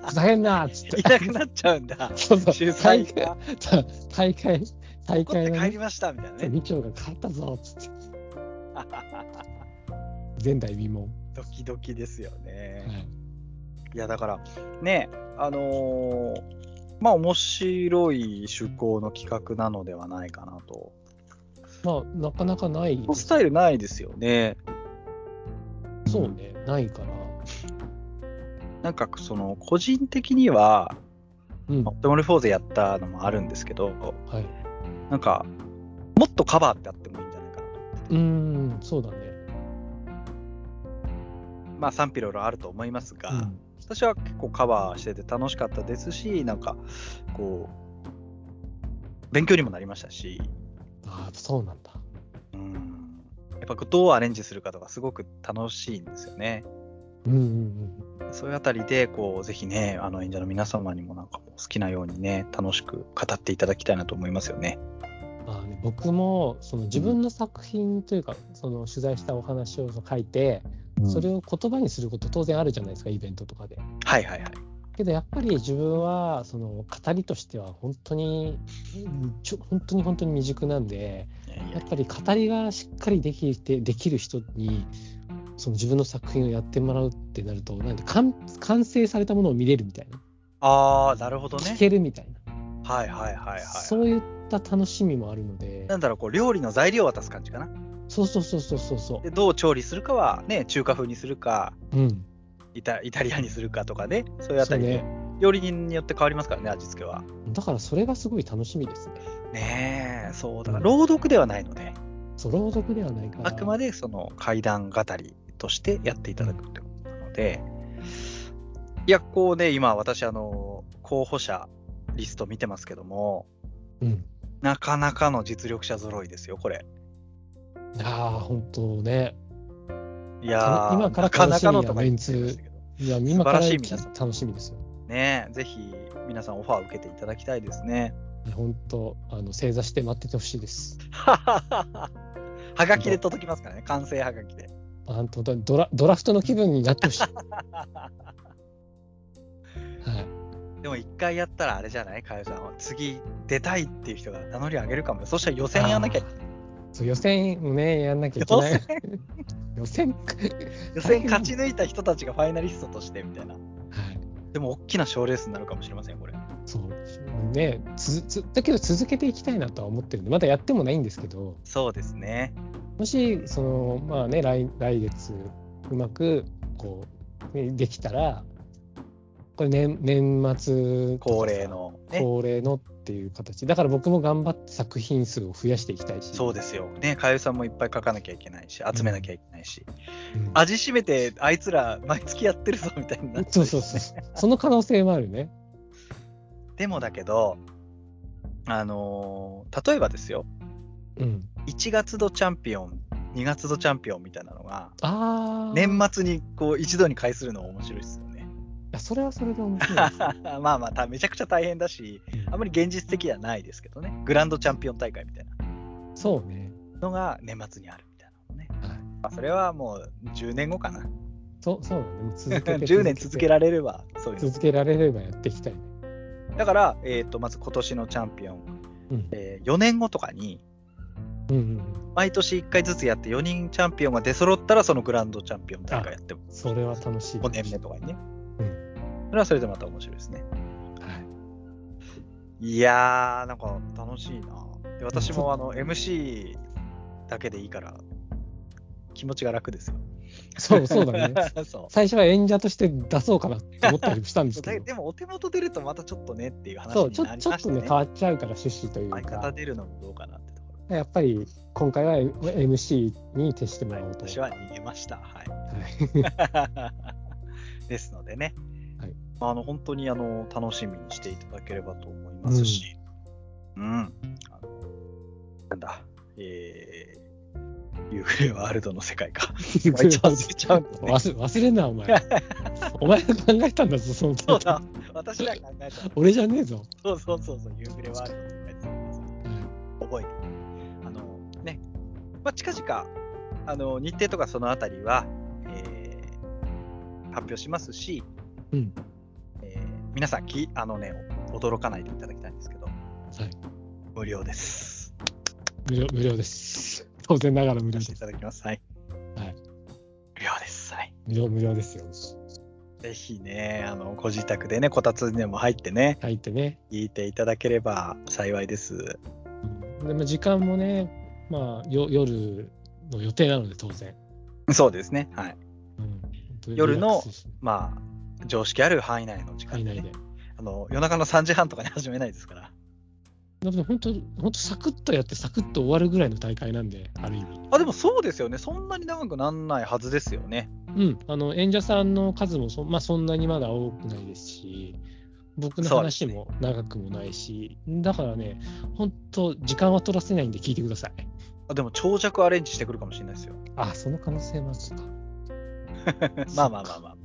S3: ふざけんなーっつって。
S1: いなくなっちゃうん だ
S3: そうそう
S1: 主催
S3: 大
S1: が
S3: 会大会大
S1: 怒っ
S3: 会
S1: て
S3: の、
S1: 帰
S3: ね
S1: り、ましたみたいなね
S3: みちょが勝ったぞっつ って前代未聞、は
S1: ドキドキですよね、い、
S3: い、
S1: やだからねあのーまあ面白い趣向の企画なのではないかなと
S3: まあなかなかない
S1: スタイルないですよね
S3: そうねないから
S1: なんかその個人的には
S3: うん
S1: オ
S3: は
S1: プトモルフォーゼやったのもあるんですけど
S3: い
S1: なんかもっとカバーってあってもいいんじゃないかな
S3: うーんそうだね
S1: まあ賛否いろいろあると思いますが、
S3: うん
S1: 私は結構カバーしてて楽しかったですしなんかこう勉強にもなりましたし、
S3: ああそうなんだ
S1: うん、やっぱこうどうアレンジするかとかすごく楽しいんですよね。
S3: うんうんうん
S1: そういうあたりでこうぜひねあの演者の皆様にもなんかもう好きなようにね楽しく語っていただきたいなと思いますよね。
S3: あーね僕もその自分の作品というかその取材したお話を書いてそれ
S1: は
S3: を言葉にすること当然あるじゃないですかイベントとかで。
S1: いはいはい。
S3: けどやっぱり自分はその語りとしては本当にちょ本当に本当に未熟なんで
S1: いやい
S3: や
S1: や
S3: っぱり語りがしっかりできてできる人にその自分の作品をやってもらうってなるとなんで完完成されたものを見れるみたいな
S1: ああなるほど
S3: 聞
S1: ね。
S3: けるみたいな、
S1: はいはいはいはい。
S3: そういった楽しみもあるので
S1: なんだろうこう料理の材料を渡す感じかな。
S3: そうそうそうそうそうそ
S1: でどう調理するかはね中華風にするか
S3: ううん
S1: イタイタリアにするかとかねそういうあ
S3: そ
S1: た
S3: う
S1: りで、
S3: ね
S1: 料理人によって変わりますからね味付けは。
S3: だからそれがすごい楽しみですね
S1: ねえそうだから
S3: うん
S1: 朗読ではないので
S3: そう朗読ではないから
S1: あくまでその怪談語りとしてやっていただくということなのでいやこうね今私あの候補者リスト見てますけども
S3: うん
S1: なかなかの実力者揃いですよこれ。
S3: ああ本当ね
S1: いやー
S3: 今から
S1: なかなかの
S3: 楽しみや
S1: とか言ってましたけど
S3: いや今か
S1: 素晴
S3: ら
S1: らしい
S3: き
S1: 皆さん
S3: 楽しみですよ
S1: ねえぜひ皆さんオファーを受けていただきたいですね。
S3: 本当あの正座して待っててほしいです。
S1: はがきで届きますからね、完成はがきで。
S3: 本当だドラドラフトの気分になっ てほしい。はい。
S1: でも一回やったらあれじゃない、かよさんは。次出たいっていう人が名乗り上げるかも。そしたら予選やんなきゃ
S3: あー。そう予選もねやんなきゃいけない。予選。
S1: 予選勝ち抜いた人たちがファイナリストとしてみたいな。
S3: はい。
S1: でも大きな賞レースになるかもしれません、これ。
S3: そうねつつだけど続けていきたいなとは思ってるんでまだやってもないんですけど
S1: そうですね。
S3: もしそのまあね来来月うまくこう、ね、できたらこれ年年末とかさ
S1: 恒例の、ね。
S3: 恒例のっていう形だから僕も頑張って作品数を増やしていきたいし
S1: そうですよ。ね、かよさんもいっぱい書かなきゃいけないし、集めなきゃいけないし。
S3: うん
S1: 味しめて、あいつら毎月やってるぞみたいになっち
S3: そ
S1: ゃ
S3: うそうそうそうその可能性もあるね
S1: でもだけど、あのー例えばですよ。
S3: うん
S1: 1月度チャンピオン、2月度チャンピオンみたいなのが、
S3: ああ
S1: 年末にこう一度に会するの面白いですよね。
S3: それはそれで面 白いですね
S1: まあまあた、めちゃくちゃ大変だし、あまり現実的ではないですけどね、グランドチャンピオン大会みたいな
S3: そうね
S1: のが年末にあるみたいなのね。
S3: はい
S1: まあそれはもう10年後かな。
S3: そうそうだねもう続けて
S1: 10年続けられれば、そういう
S3: 続けられればやっていきたいね
S1: の。だから、えー、とまず今年のチャンピオン、
S3: うん
S1: え4年後とかに、
S3: うんうんうん
S1: 毎年1回ずつやって、4人チャンピオンが出揃ったら、そのグランドチャンピオン大会やっても、
S3: それは楽しい
S1: 5年目とかにね。
S3: うん
S1: それはそれでまた面白いですね。
S3: はい
S1: いやー、なんか楽しいな。で私もあの MC だけでいいから、気持ちが楽ですよ。
S3: そう そうだね
S1: そ
S3: 最初は演者として出そうかなって思ったりもしたんです
S1: うだ
S3: け
S1: で
S3: ど
S1: もお手元出るとまたちょっとねっていう話
S3: そう
S1: に
S3: ちょ
S1: なり
S3: ちょ
S1: ま
S3: っ
S1: して
S3: と
S1: ね
S3: ね変わっちゃうから趣旨という
S1: 相
S3: か
S1: 方出るのもどうかなってところ
S3: やっぱり今回は MC に徹してもらおうと
S1: 私は逃げました。はい
S3: は い
S1: ですのでね、
S3: はい
S1: まああの本当にあの楽しみにしていただければと思いますし、うん、あのなんだ、えー、ユーグレワールドの世界か。毎日忘れちゃうんだね
S3: 忘忘れんなお前お前が考えたんだぞその
S1: そうだ、 私ら考えた。
S3: 俺じゃねえぞ、
S1: そうそうそうそう、ユーグレワールドの世界です皆さん
S3: うん
S1: 覚えて。あの、ね、まあ、近々、あの、日程とかそのあたりは、えー発表しますし、
S3: うん
S1: えー皆さんき、あのね、驚かないでいただきたいんですけど、
S3: はい、
S1: 無料です。
S3: 無料無料です当然ながら無
S1: さ
S3: 料で
S1: せてい
S3: す
S1: ただきます。はい。
S3: はい
S1: 無料です。はい。
S3: 無料無料ですよ
S1: ぜひね、あの、ご自宅でね、こたつにでも入ってね、
S3: 入ってね、
S1: 聞いていただければ幸いです。
S3: うん、でも時間もねまあよ夜の予定なので当然、
S1: そうですね。はい。
S3: うん
S1: 夜の
S3: リラックスし
S1: まあ、常識ある範囲内の時間
S3: 範囲
S1: で,、ね
S3: 内で。
S1: あの夜中の3時半とかに始めないですから。
S3: だって本当に、本当サクッとやって、サクッと終わるぐらいの大会なんで、ある意味。
S1: あ、でもそうですよね。そんなに長くなんないはずですよね。
S3: うん、あの演者さんの数もそ,、まあ、そんなにまだ多くないですし、僕の
S1: そうです
S3: 話
S1: ね
S3: も長くもないし、だからね、本当、時間は取らせないんで聞いてください。
S1: あでも、長尺アレンジしてくるかもしれないですよ。
S3: あ、その可能性もあるか。
S1: まあまあまあまあ。ま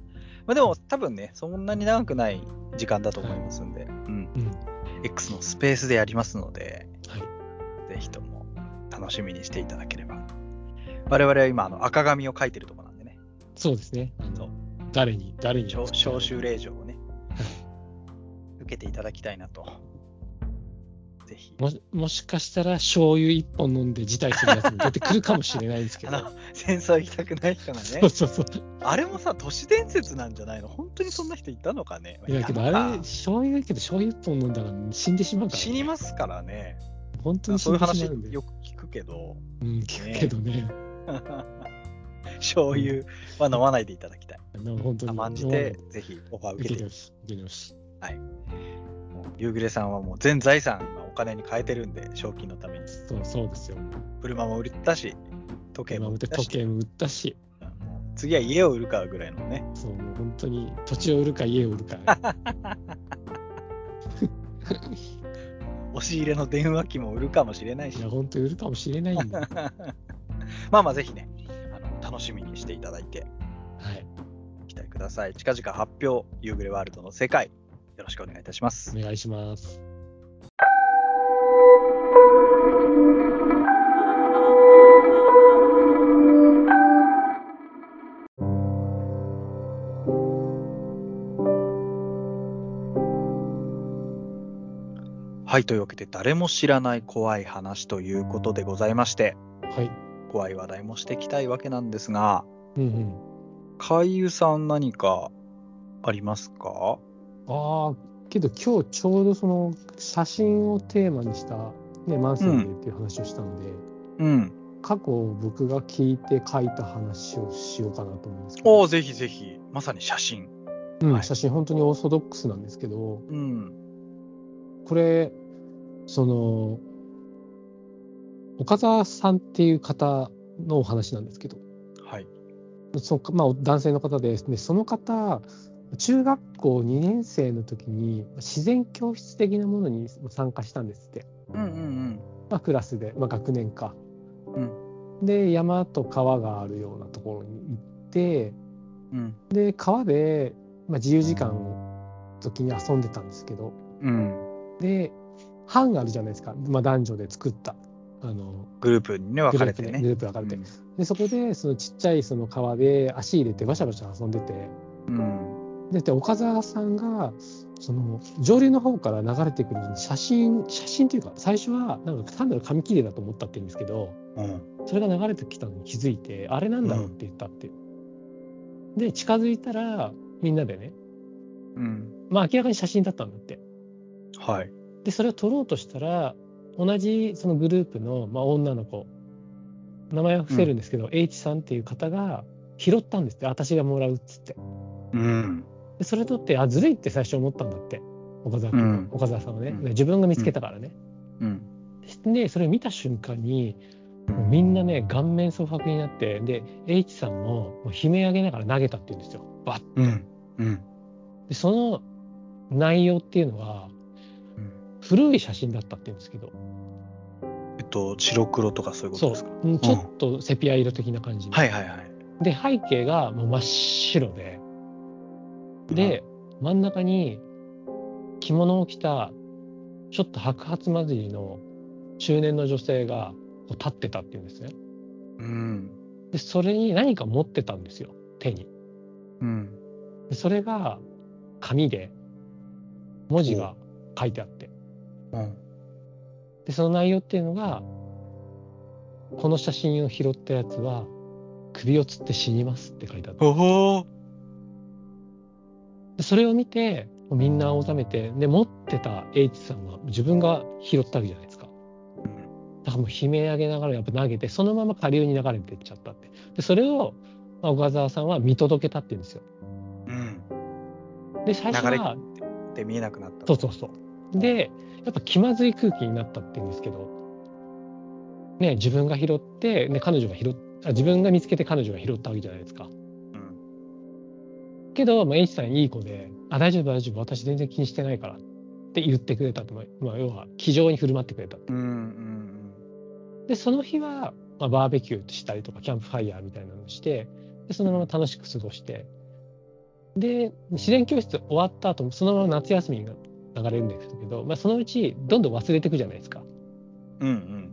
S1: あでも、多分ね、そんなに長くない時間だと思いますんで、うん。
S3: うん
S1: X のスペースでやりますので、
S3: はい
S1: ぜひとも楽しみにしていただければ。我々は今、あの赤紙を書いてるところなんでね、
S3: そうですね。あ
S1: そう
S3: の誰に、誰に
S1: 招招集令状をね、受けていただきたいなと。ぜひ。
S3: もしもしかしたら醤油一本飲んで辞退するやつも出てくるかもしれないですけ
S1: あ
S3: ど。
S1: の、戦争行きたくない人がね
S3: そう、そうそう。
S1: あれもさ、都市伝説なんじゃないの本当にそんな人いたのかね
S3: いやけど
S1: いた
S3: あ
S1: の
S3: れ、
S1: か
S3: 醤油だけど醤油一本飲んだら死んでしまうから、ね。
S1: 死にますからね。
S3: 本当に死
S1: そうんい
S3: で
S1: う
S3: し
S1: 話
S3: まうんで。
S1: よく聞くけど、
S3: うん、聞くけどね。
S1: 醤油は飲まないでいただきたい。
S3: でも本当に。
S1: 甘んじて、ぜひオファー
S3: 受
S1: 受
S3: け
S1: けて
S3: てほ。しい。受けてほしい。
S1: もう夕暮れさんはもう全財産今お金に変えてるんで、賞金のために。
S3: そうそうですよ。
S1: 車も売ったし、時計
S3: 今
S1: も売
S3: 売っ
S1: ってた
S3: 時
S1: し、
S3: 計も売ったし、
S1: もう次は家を売るかぐらいのね。
S3: そうもう本当に土地を売るか家 を売るか、ね、
S1: 押し入れの電話機も売るかもしれないし
S3: いや。本当に売るかもしれないん だ。は
S1: まあまあぜひね、あの楽しみにしていただいて
S3: い、
S1: お期待ください。近々発表、夕暮れワールドの世界、よろしくお願いいたします。
S3: お願いします。
S1: はい、というわけで、誰も知らない怖い話ということでございまして、
S3: はい。
S1: 怖い話題もしていきたいわけなんですが、
S3: うん
S1: 海遊さん何かありますか
S3: うん。ああ、けど今日ちょうどその写真をテーマにした、ね、マンスリーっていう話をしたので、
S1: うん。
S3: 過去僕が聞いて書いた話をしようかなと思うんですけど、
S1: おお、ぜひぜひ。まさに写真。
S3: うん
S1: はい
S3: 写真本当にオーソドックスなんですけど、
S1: うん。
S3: これ、その、岡澤さんっていう方のお話なんですけど、
S1: はい。
S3: そのまあ、男性の方ですで、その方、中学校2年生の時に自然教室的なものに参加したんですって、
S1: うんうん
S3: まあ、クラスで、まあ、学年か、で、山と川があるようなところに行って、
S1: うん。うん。
S3: で、川で、まあ、自由時間の時に遊んでたんですけど、
S1: うん。
S3: で、班あるじゃないですか、まあ、男女で作った、あの、
S1: グループにね、分
S3: グ
S1: かれ
S3: ループ
S1: て
S3: で
S1: ね。
S3: グループ分かれて、
S1: うん
S3: でそこでそのちっちゃいその川で足入れてバシャバシャ遊んでて
S1: うん。
S3: でで岡澤さんがその上流の方から流れてくる写真写真というか最初はなんか単なる紙切れだと思ったって言うんですけど
S1: うん。
S3: それが流れてきたのに気づいてあれなんだろうって言ったって、で近づいたらみんなでね
S1: うん。
S3: まあ明らかに写真だったんだって
S1: はい。
S3: でそれを撮ろうとしたら同じそのグループの、まあ、女の子名前は伏せるんですけど、H さんっていう方が拾ったんですって私がもらうっつって
S1: うん。
S3: でそれ取ってあずるいって最初思ったんだって岡澤君は、
S1: うん
S3: 岡澤さんはね
S1: うん
S3: 自分が見つけたからね、
S1: うん。
S3: でそれを見た瞬間にもうみんなね顔面蒼白になってで H さんももう悲鳴上げながら投げたって言うんですよバッ
S1: うん。うん。
S3: でその内容っていうのは
S1: うん
S3: 古い写真だったって言うんですけど
S1: えっと、白黒とかそういうこと
S3: そ
S1: ですか
S3: う、うんちょっとセピア色的な感じ、
S1: はいはいはい。
S3: で背景がもう真っ白でで真ん中に着物を着たちょっと白髪混じりの中年の女性がこう立ってたっていうんですね
S1: うん。
S3: でそれに何か持ってたんですよ手に
S1: うん。
S3: でそれが紙で文字が書いてあって
S1: うん。
S3: でその内容っていうのがこの写真を拾ったやつは首を吊って死にますって書いてあって
S1: おおー
S3: でそれを見てみんな青ざめてで持ってた H さんは自分が拾ったわけじゃないですかだからもう悲鳴上げながらやっぱ投げてそのまま下流に流れていっちゃったってでそれをまあ岡沢さんは見届けたって言うんですよ。
S1: うん。
S3: で最初
S1: 流れ
S3: は
S1: で、見えなくなった。
S3: そうそうそう。でやっぱ気まずい空気になったって言うんですけど、ね、自分が拾って、ね、彼女が拾っあ自分が見つけて彼女が拾ったわけじゃないですか。
S1: うん。
S3: けど、まあ、H さんいい子で「あ大丈夫大丈夫私全然気にしてないから」って言ってくれたと、まあまあ、要は気丈に振る舞ってくれた
S1: うんうん
S3: でその日は、まあ、バーベキューしたりとかキャンプファイヤーみたいなのをしてでそのまま楽しく過ごしてで自然教室終わった後もそのまま夏休みが流れるんですけど、まあ、そのうちどんどん忘れていくじゃないですか
S1: うん。うん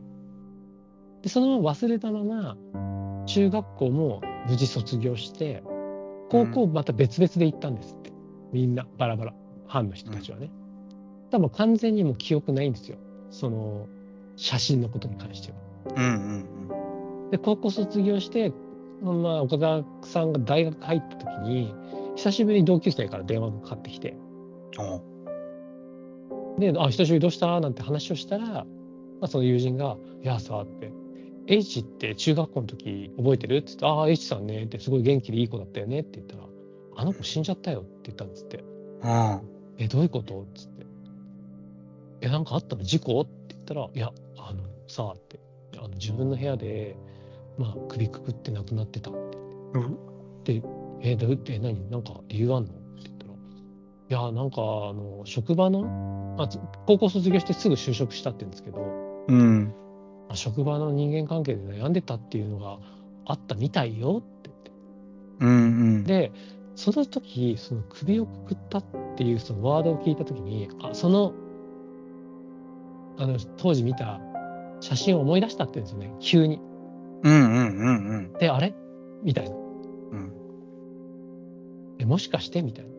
S3: でそのまま忘れたまま中学校も無事卒業して高校また別々で行ったんですって、みんなバラバラ班の人たちはね、多分完全にもう記憶ないんですよその写真のことに関しては
S1: うん。うんうん
S3: で高校卒業して、まあ、岡田さんが大学入った時に久しぶりに同級生から電話がかかってきて
S1: おう
S3: で「あ久しぶりどうした?」なんて話をしたら、まあ、その友人が「いやさ」って「H って中学校の時覚えてる?」って言って「ああ H さんね」ってすごい元気でいい子だったよねって言ったら「あの子死んじゃったよ」って言ったんですって。
S1: うん。
S3: え、どういうことっつって。え、なんかあったの事故って言ったら、いや、あの、さあって、あの自分の部屋で、まあ、首くくって亡くなってたって。え、どうって、え何なんか理由あんのって言ったら、いや、なんか、あの、職場の、まあ、つ高校卒業してすぐ就職したって言うんですけど、
S1: うん。
S3: まあ職場の人間関係で悩んでたっていうのがあったみたいよって言って。
S1: うんうん。
S3: でその時その首をくくったっていうそのワードを聞いた時にあそのあの当時見た写真を思い出したって言うんですよね急に。
S1: うんうんうんうん。
S3: であれみたいな
S1: うん。
S3: えもしかしてみたいな。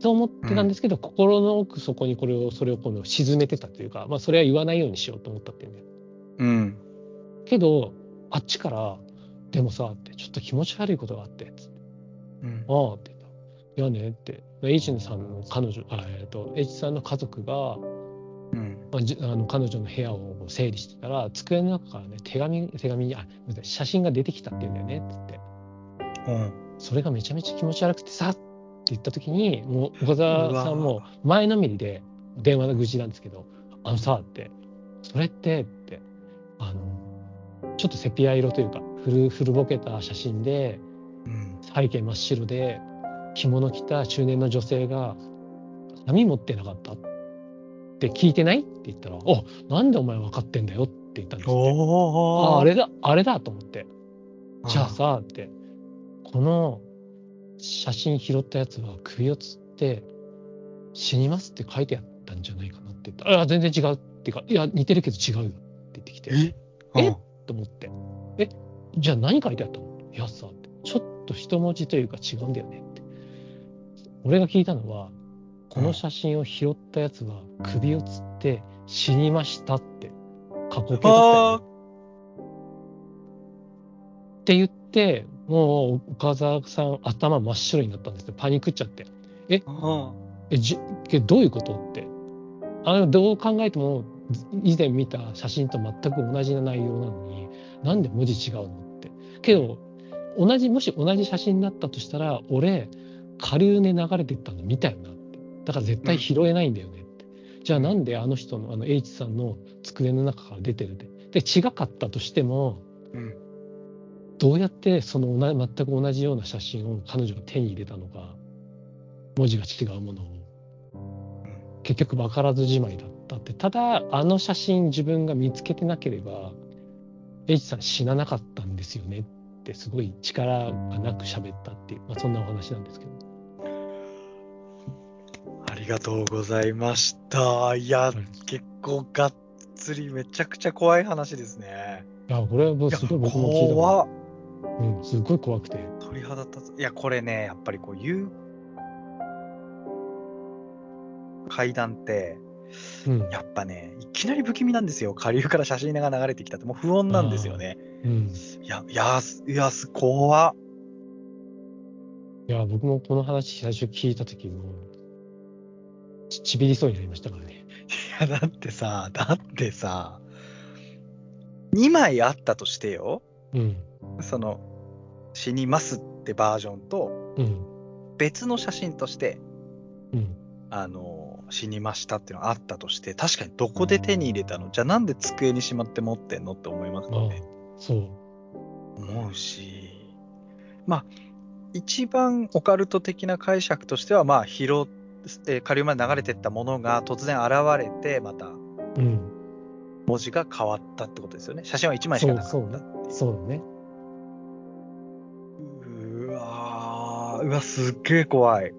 S3: と思ってたんですけど、心の奥底にこれをそれをこの沈めてたというか、まあ、それは言わないようにしようと思ったっていうんだよ
S1: うん。
S3: けどあっちから「でもさ」ってちょっと気持ち悪いことがあってつって
S1: うん。
S3: ああって言った。いやねって。H さんの彼女、あえっと、H さんの家族
S1: う
S3: が、
S1: ん。
S3: まあ、じあの彼女の部屋を整理してたら、机の中からね、手紙、手紙に、あ、ごめんなさい写真が出てきたって言うんだよねって言って、
S1: うん。
S3: それがめちゃめちゃ気持ち悪くてさって言った時に、もう、岡
S1: う
S3: 澤
S1: わ
S3: さんも前のめりで、電話の愚痴なんですけど、あのさって、それってって、あの、ちょっとセピア色というか、古、古ぼけた写真で、
S1: うん。
S3: 背景真っ白で着物着た中年の女性が「髪持ってなかった?」って聞いてないって言ったら「おなんでお前分かってんだよ」って言ったんですよ
S1: お
S3: あ
S1: ー
S3: あれだあれだと思って「じゃあ
S1: あ
S3: さ」ってこの写真拾ったやつは首をつって「死にます」って書いてあったんじゃないかなって言ったら「あ全然違う」っていうか「いや似てるけど違うよ」って言ってきて
S1: え
S3: え
S1: うん
S3: と思って「えじゃあ何書いてあったの?」いやさ」ってちょっと一文字というか違うんだよね」って俺が聞いたのは「この写真を拾ったやつは首をつって死にました」って過去形だったよ
S1: あ
S3: ねって言ってもう岡沢さん頭真っ白になったんですよパニックっちゃって
S1: ー
S3: えじけどどういうことってあのどう考えても以前見た写真と全く同じな内容なのになんで文字違うのってけど同じもし同じ写真だったとしたら俺下流で流れてったの見たよなってだから絶対拾えないんだよねって、じゃあなんであの人のあの H さんの机の中から出てるでで違かったとしても
S1: うん。
S3: どうやってその同じ全く同じような写真を彼女が手に入れたのか文字が違うものを結局分からずじまいだったってただあの写真自分が見つけてなければ H さん死ななかったんですよねってすごい力がなく喋ったっていう、まあ、そんなお話なんですけど
S1: ありがとうございました。いや、
S3: い
S1: 結構がっつり、めちゃくちゃ怖い話ですね。
S3: いやこれはもう
S1: いや
S3: すごい僕も聞いた
S1: 怖っ
S3: からうん、すごい怖くて
S1: 鳥肌立つ。いや、これね、やっぱりこう、言う階段って、
S3: うん
S1: やっぱね、いきなり不気味なんですよ。下流から写真が流れてきたって、もう不穏なんですよね。
S3: うん
S1: いや、いや、すいや、す怖っ
S3: いや僕もこの話最初聞いた時もちちびりそうになりましたからね
S1: いや、だってさ、だってさ、2枚あったとしてよ。
S3: うん
S1: その、死にますってバージョンと、
S3: うん
S1: 別の写真として、
S3: うん
S1: あの、死にましたっていうのがあったとして、確かにどこで手に入れたのじゃあなんで机にしまって持ってんのって思います
S3: まあ
S1: よね。
S3: そう
S1: 思うし、まあ、一番オカルト的な解釈としては、まあ、拾っえー下流まで流れてったものが突然現れて、また
S3: うん
S1: 文字が変わったってことですよね。写真は1枚しかなかった。
S3: そうだそうだね
S1: うわーうわ、すっげえ怖い。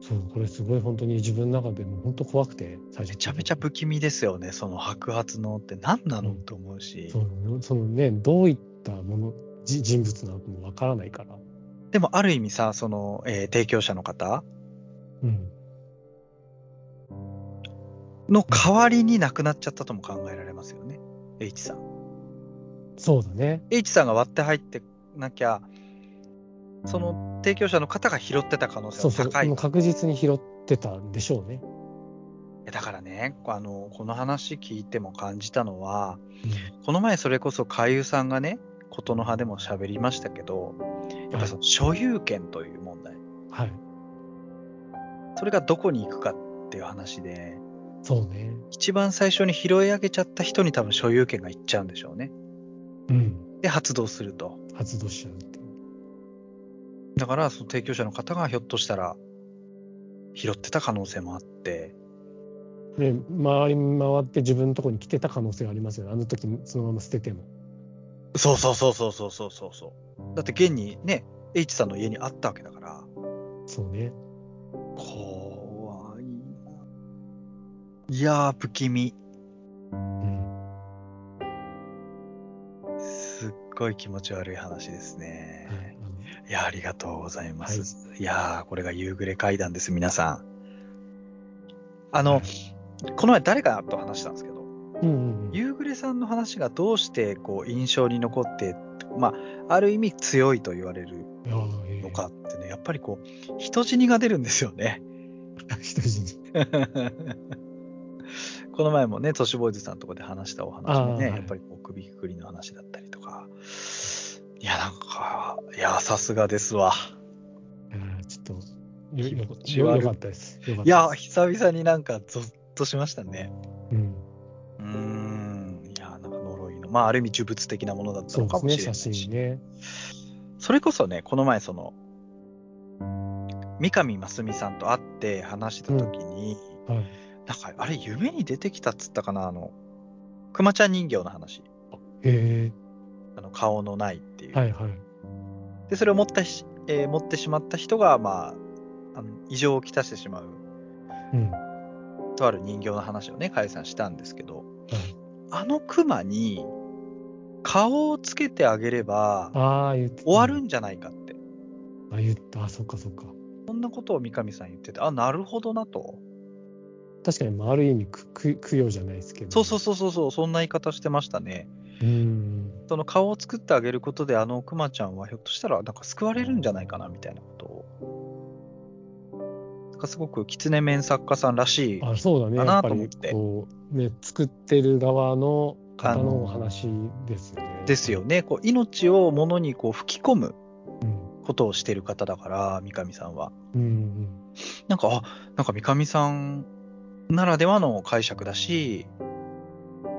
S3: そうこれすごい本当に自分の中でも本当怖くて最初
S1: めちゃめちゃ不気味ですよね、その白髪のって何なの
S3: うん
S1: と思うし
S3: そ。うそのねどういったものじ人物なのかもわからないから
S1: でも、ある意味さ、その、えー提供者の方
S3: うん
S1: の代わりに亡くなっちゃったとも考えられますよね、H さん。
S3: そうだね
S1: H さんが割って入ってなきゃ、その提供者の方が拾ってた可能性
S3: そう
S1: は
S3: そう
S1: 高い。
S3: もう確実に拾ってたんでしょうね
S1: だからねあの、この話聞いても感じたのは、この前それこそ海優さんがね、ことの葉でも喋りましたけど、やっぱその所有権という問題、
S3: はい
S1: それがどこに行くかっていう話で、
S3: そうね
S1: 一番最初に拾い上げちゃった人に多分所有権が行っちゃうんでしょうね。
S3: うん
S1: で、発動すると。
S3: 発動しちゃうっていう
S1: だから、その提供者の方がひょっとしたら拾ってた可能性もあって、
S3: で回り回って自分のところに来てた可能性がありますよねあの時そのまま捨てても
S1: そうそうそうそうそうそうそうそう。だって現にね、H さんの家にあったわけだから。
S3: そうね
S1: 怖いな。いやー、不気味。
S3: うん
S1: すっごい気持ち悪い話です
S3: は
S1: ね。
S3: いあの
S1: いやー、ありがとうございます。い、やー、これが夕暮れ階段です、皆さん。あの、この前誰かと話したんですけど、
S3: うんうんうん
S1: 夕暮れさんの話がどうしてこう印象に残って、まあ、ある意味強いと言われる
S3: いやーええ
S1: のかってね、やっぱりこう、人死にが出るんですよね。
S3: 人死に
S1: この前もね、トシボーイズさんのとこで話したお話も
S3: あ
S1: ね、
S3: ーはい
S1: やっぱりこう首くくりの話だったりとか、いや、なんか、いや、さすがですわ。
S3: いやーちょっとよよ
S1: 気持ち悪い
S3: よかったですよかっ
S1: いや
S3: た、です
S1: 久々になんかゾッとしましたね。
S3: うん
S1: うーん、いや、なんか呪いの、まあ、ある意味、呪物的なものだった
S3: そ
S1: の
S3: うで
S1: か
S3: す
S1: もし
S3: ね
S1: れな
S3: 写
S1: いし、
S3: 真ね
S1: それこそね、この前、その、三上真澄さんと会って話してた時に、
S3: はい
S1: なんか、あれ、夢に出てきたっつったかな、あの、くまちゃん人形の話。
S3: へ
S1: あの顔のないっていう。
S3: えはいはい
S1: で、それを持ったし、えー持ってしまった人が、まあ、あの異常をきたしてしまう、
S3: うん
S1: とある人形の話をね、解散したんですけど、あのクマに顔をつけてあげれば
S3: ああ言ってた
S1: 終わるんじゃないかって、
S3: あ言ったあそっかそっか
S1: そんなことを三上さん言ってて、あ、なるほどなと。
S3: 確かにまあある意味くく供養じゃないですけど
S1: そうそうそうそうそう、そんな言い方してましたね。
S3: ううん
S1: その顔を作ってあげることで、あのクマちゃんはひょっとしたら、なんか救われるんじゃないかなみたいなことを。なんかすごく狐面作家さんらしい
S3: あそうだね
S1: か
S3: や
S1: な
S3: っぱ
S1: と思っ
S3: り
S1: て
S3: こうね作ってる側の方
S1: あの
S3: のお話ですよね
S1: ですよね、こう命をものにこう吹き込む
S3: うん
S1: ことをしている方だから、三上さんは。
S3: うんうん
S1: なんか、あなんか三上さんならではの解釈だし、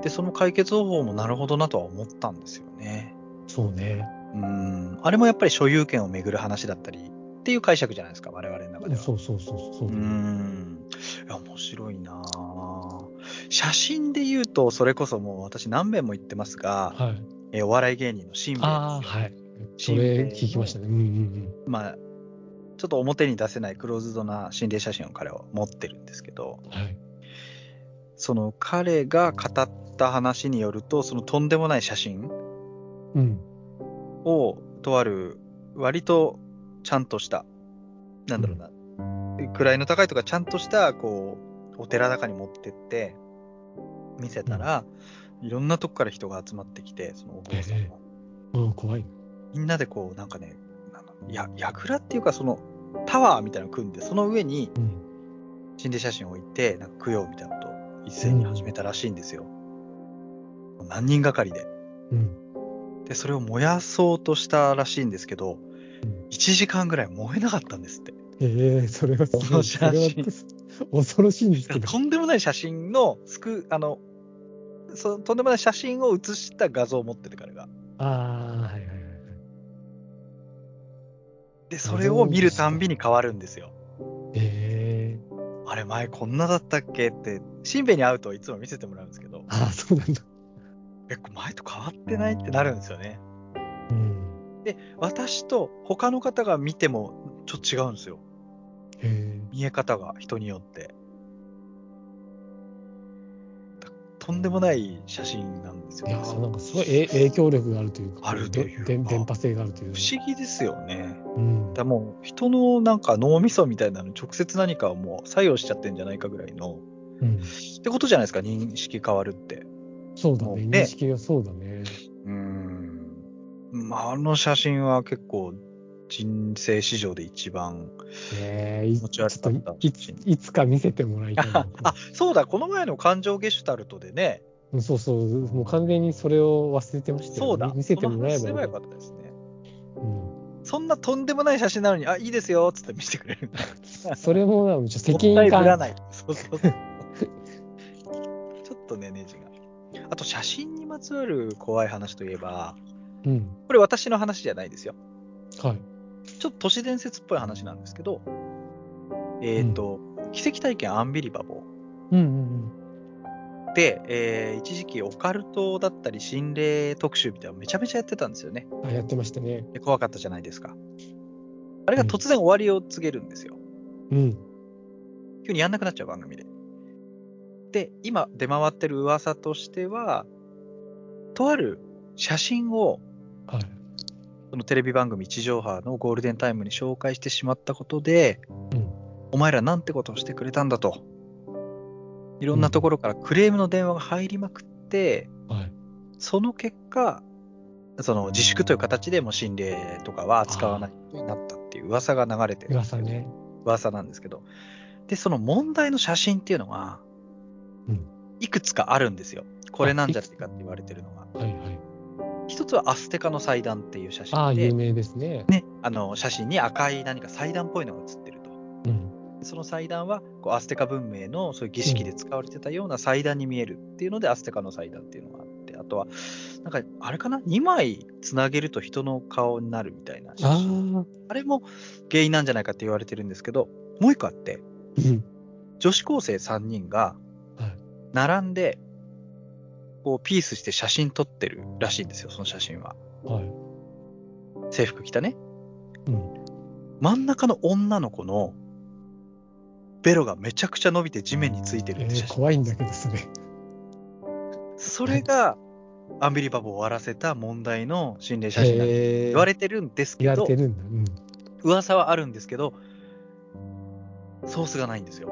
S1: で、その解決方法もなるほどなとは思ったんですよね。
S3: そうね
S1: うん、あれもやっぱり所有権をめぐる話だったりっていう解釈じゃないですか、我々の中では。
S3: そうそうそうそう
S1: う
S3: だね
S1: ん、いや、面白いなぁ写真で言うと、それこそもう私何遍も言ってますが、
S3: はい
S1: えお笑い芸人の新兵衛
S3: ああ
S1: ですよ
S3: はいそれ聞きましたねうんうん
S1: まあ、ちょっと表に出せないクローズドな心霊写真を彼は持ってるんですけど、
S3: うんはい
S1: その彼が語った話によると、そのとんでもない写真
S3: うん
S1: を、とある、割とちゃんとした、なんだろうな、位の高いとか、ちゃんとした、こう、お寺中に持ってって、見せたら、いろんなとこから人が集まってきて、そのお坊さん
S3: ええ
S1: も。
S3: うん怖い
S1: みんなでこう、なんかね、なんだろうや、やぐらっていうか、その、タワーみたいなの組んで、その上に、
S3: うん
S1: 心霊写真を置いて、なんか供養みたいなことを一斉に始めたらしいんですよ。何人がかりで。
S3: うん
S1: で、それを燃やそうとしたらしいんですけど
S3: ん、
S1: 1時間ぐらい燃えなかったんですって。
S3: ええそれはすごい
S1: この写真
S3: それは恐ろしいんですけど
S1: とんでもない写真の、すく、あの、そとんでもない写真を写した画像を持ってて彼が。
S3: ああはいはいはいはい
S1: で、それを見るたんびに変わるんですよ。
S3: ええ
S1: あれ、前こんなだったっけって、しんべヱに会うといつも見せてもらうんですけど、
S3: ああそうなんだ
S1: え、前と変わってないってなるんですよね。
S3: うん
S1: 私と他の方が見てもちょっと違うんですよ。
S3: へえ
S1: 見え方が人によって。だとんでもない写真なんですよ
S3: い
S1: ね。
S3: やー
S1: そ
S3: な
S1: うん
S3: かすごいえ影響力があるというか
S1: あるというか
S3: でで伝播性があるというか
S1: 不思議ですよね。
S3: うん
S1: だからもう人のなんか脳みそみたいなのに直接何かをもう作用しちゃってんじゃないかぐらいの。
S3: うん、
S1: ってことじゃないですか、認識変わるって。
S3: そうだ
S1: もう
S3: ね
S1: ね
S3: 認識がそうだね
S1: うーん。まあ、あの写真は結構人生史上で一番
S3: ええい
S1: 気持ち悪かった。
S3: いついつか見せてもらいた いな
S1: あ、そうだ、この前の感情ゲシュタルトでね、
S3: うんそうそうもう完全にそれを忘れてましたよ
S1: そうだ、
S3: 見せてもらえ
S1: そ
S3: ば
S1: の話すればよ
S3: よ
S1: か
S3: か
S1: っ
S3: っ
S1: たですね。
S3: たうん
S1: そんなとんでもない写真なのに、あ、いいですよ、つって見せてくれる。
S3: それもなんかちょっと
S1: も
S3: 責
S1: った
S3: 任
S1: いぶら
S3: 感
S1: ない。そうそうそう。ちょっとね、ネジが。あと、写真にまつわる怖い話といえば、
S3: うん
S1: これ私の話じゃないですよ。
S3: はい
S1: ちょっと都市伝説っぽい話なんですけど、えっ、と、奇跡体験アンビリバボ
S3: うんうん
S1: ーで、えー一時期オカルトだったり心霊特集みたいなのめちゃめちゃやってたんですよね。
S3: うんあやってましたね
S1: で怖かったじゃないですか。あれが突然終わりを告げるんですよ。
S3: うん
S1: 急にやんなくなっちゃう番組で。で、今出回ってる噂としては、とある写真を
S3: はい
S1: そのテレビ番組地上波のゴールデンタイムに紹介してしまったことで、
S3: うん
S1: お前らなんてことをしてくれたんだと。いろんなところからクレームの電話が入りまくって、
S3: はい
S1: その結果、その自粛という形でもう心霊とかは扱わないことになったっていう噂が流れてるんです
S3: 噂
S1: けど
S3: ね
S1: 噂なんですけど、で、その問題の写真っていうのが
S3: うん、
S1: いくつかあるんですよ。これなんじゃないかって言われてるのが。
S3: はいはい
S1: 一つはアステカの祭壇っていう写
S3: ああ
S1: 真で
S3: 有、名ですね
S1: ね、あの写真に赤い何か祭壇っぽいのが写ってると。
S3: うん
S1: その祭壇はこうアステカ文明のそういう儀式で使われてたような祭壇に見えるっていうので、アステカの祭壇っていうのがあって、あとは、なんかあれかな、2枚つなげると人の顔になるみたいな写
S3: ああ
S1: 真あれも原因なんじゃないかって言われてるんですけど、もう一個あって、
S3: うん
S1: 女子高生3人が
S3: はい
S1: 並んで、こうピースして写真撮ってるらしいんですよ、その写真は。
S3: はい
S1: 制服着たね。
S3: うん
S1: 真ん中の女の子のベロがめちゃくちゃ伸びて地面についてる
S3: え
S1: って写
S3: ー、
S1: 真、
S3: 怖いんだけどそれ
S1: それがアンビリバボーを終わらせた問題の心霊写真だって
S3: え
S1: 言われてるんです
S3: 言
S1: け
S3: われ
S1: ど
S3: て、るんだうん
S1: 噂はあるんですけど、ソースがないんですよ。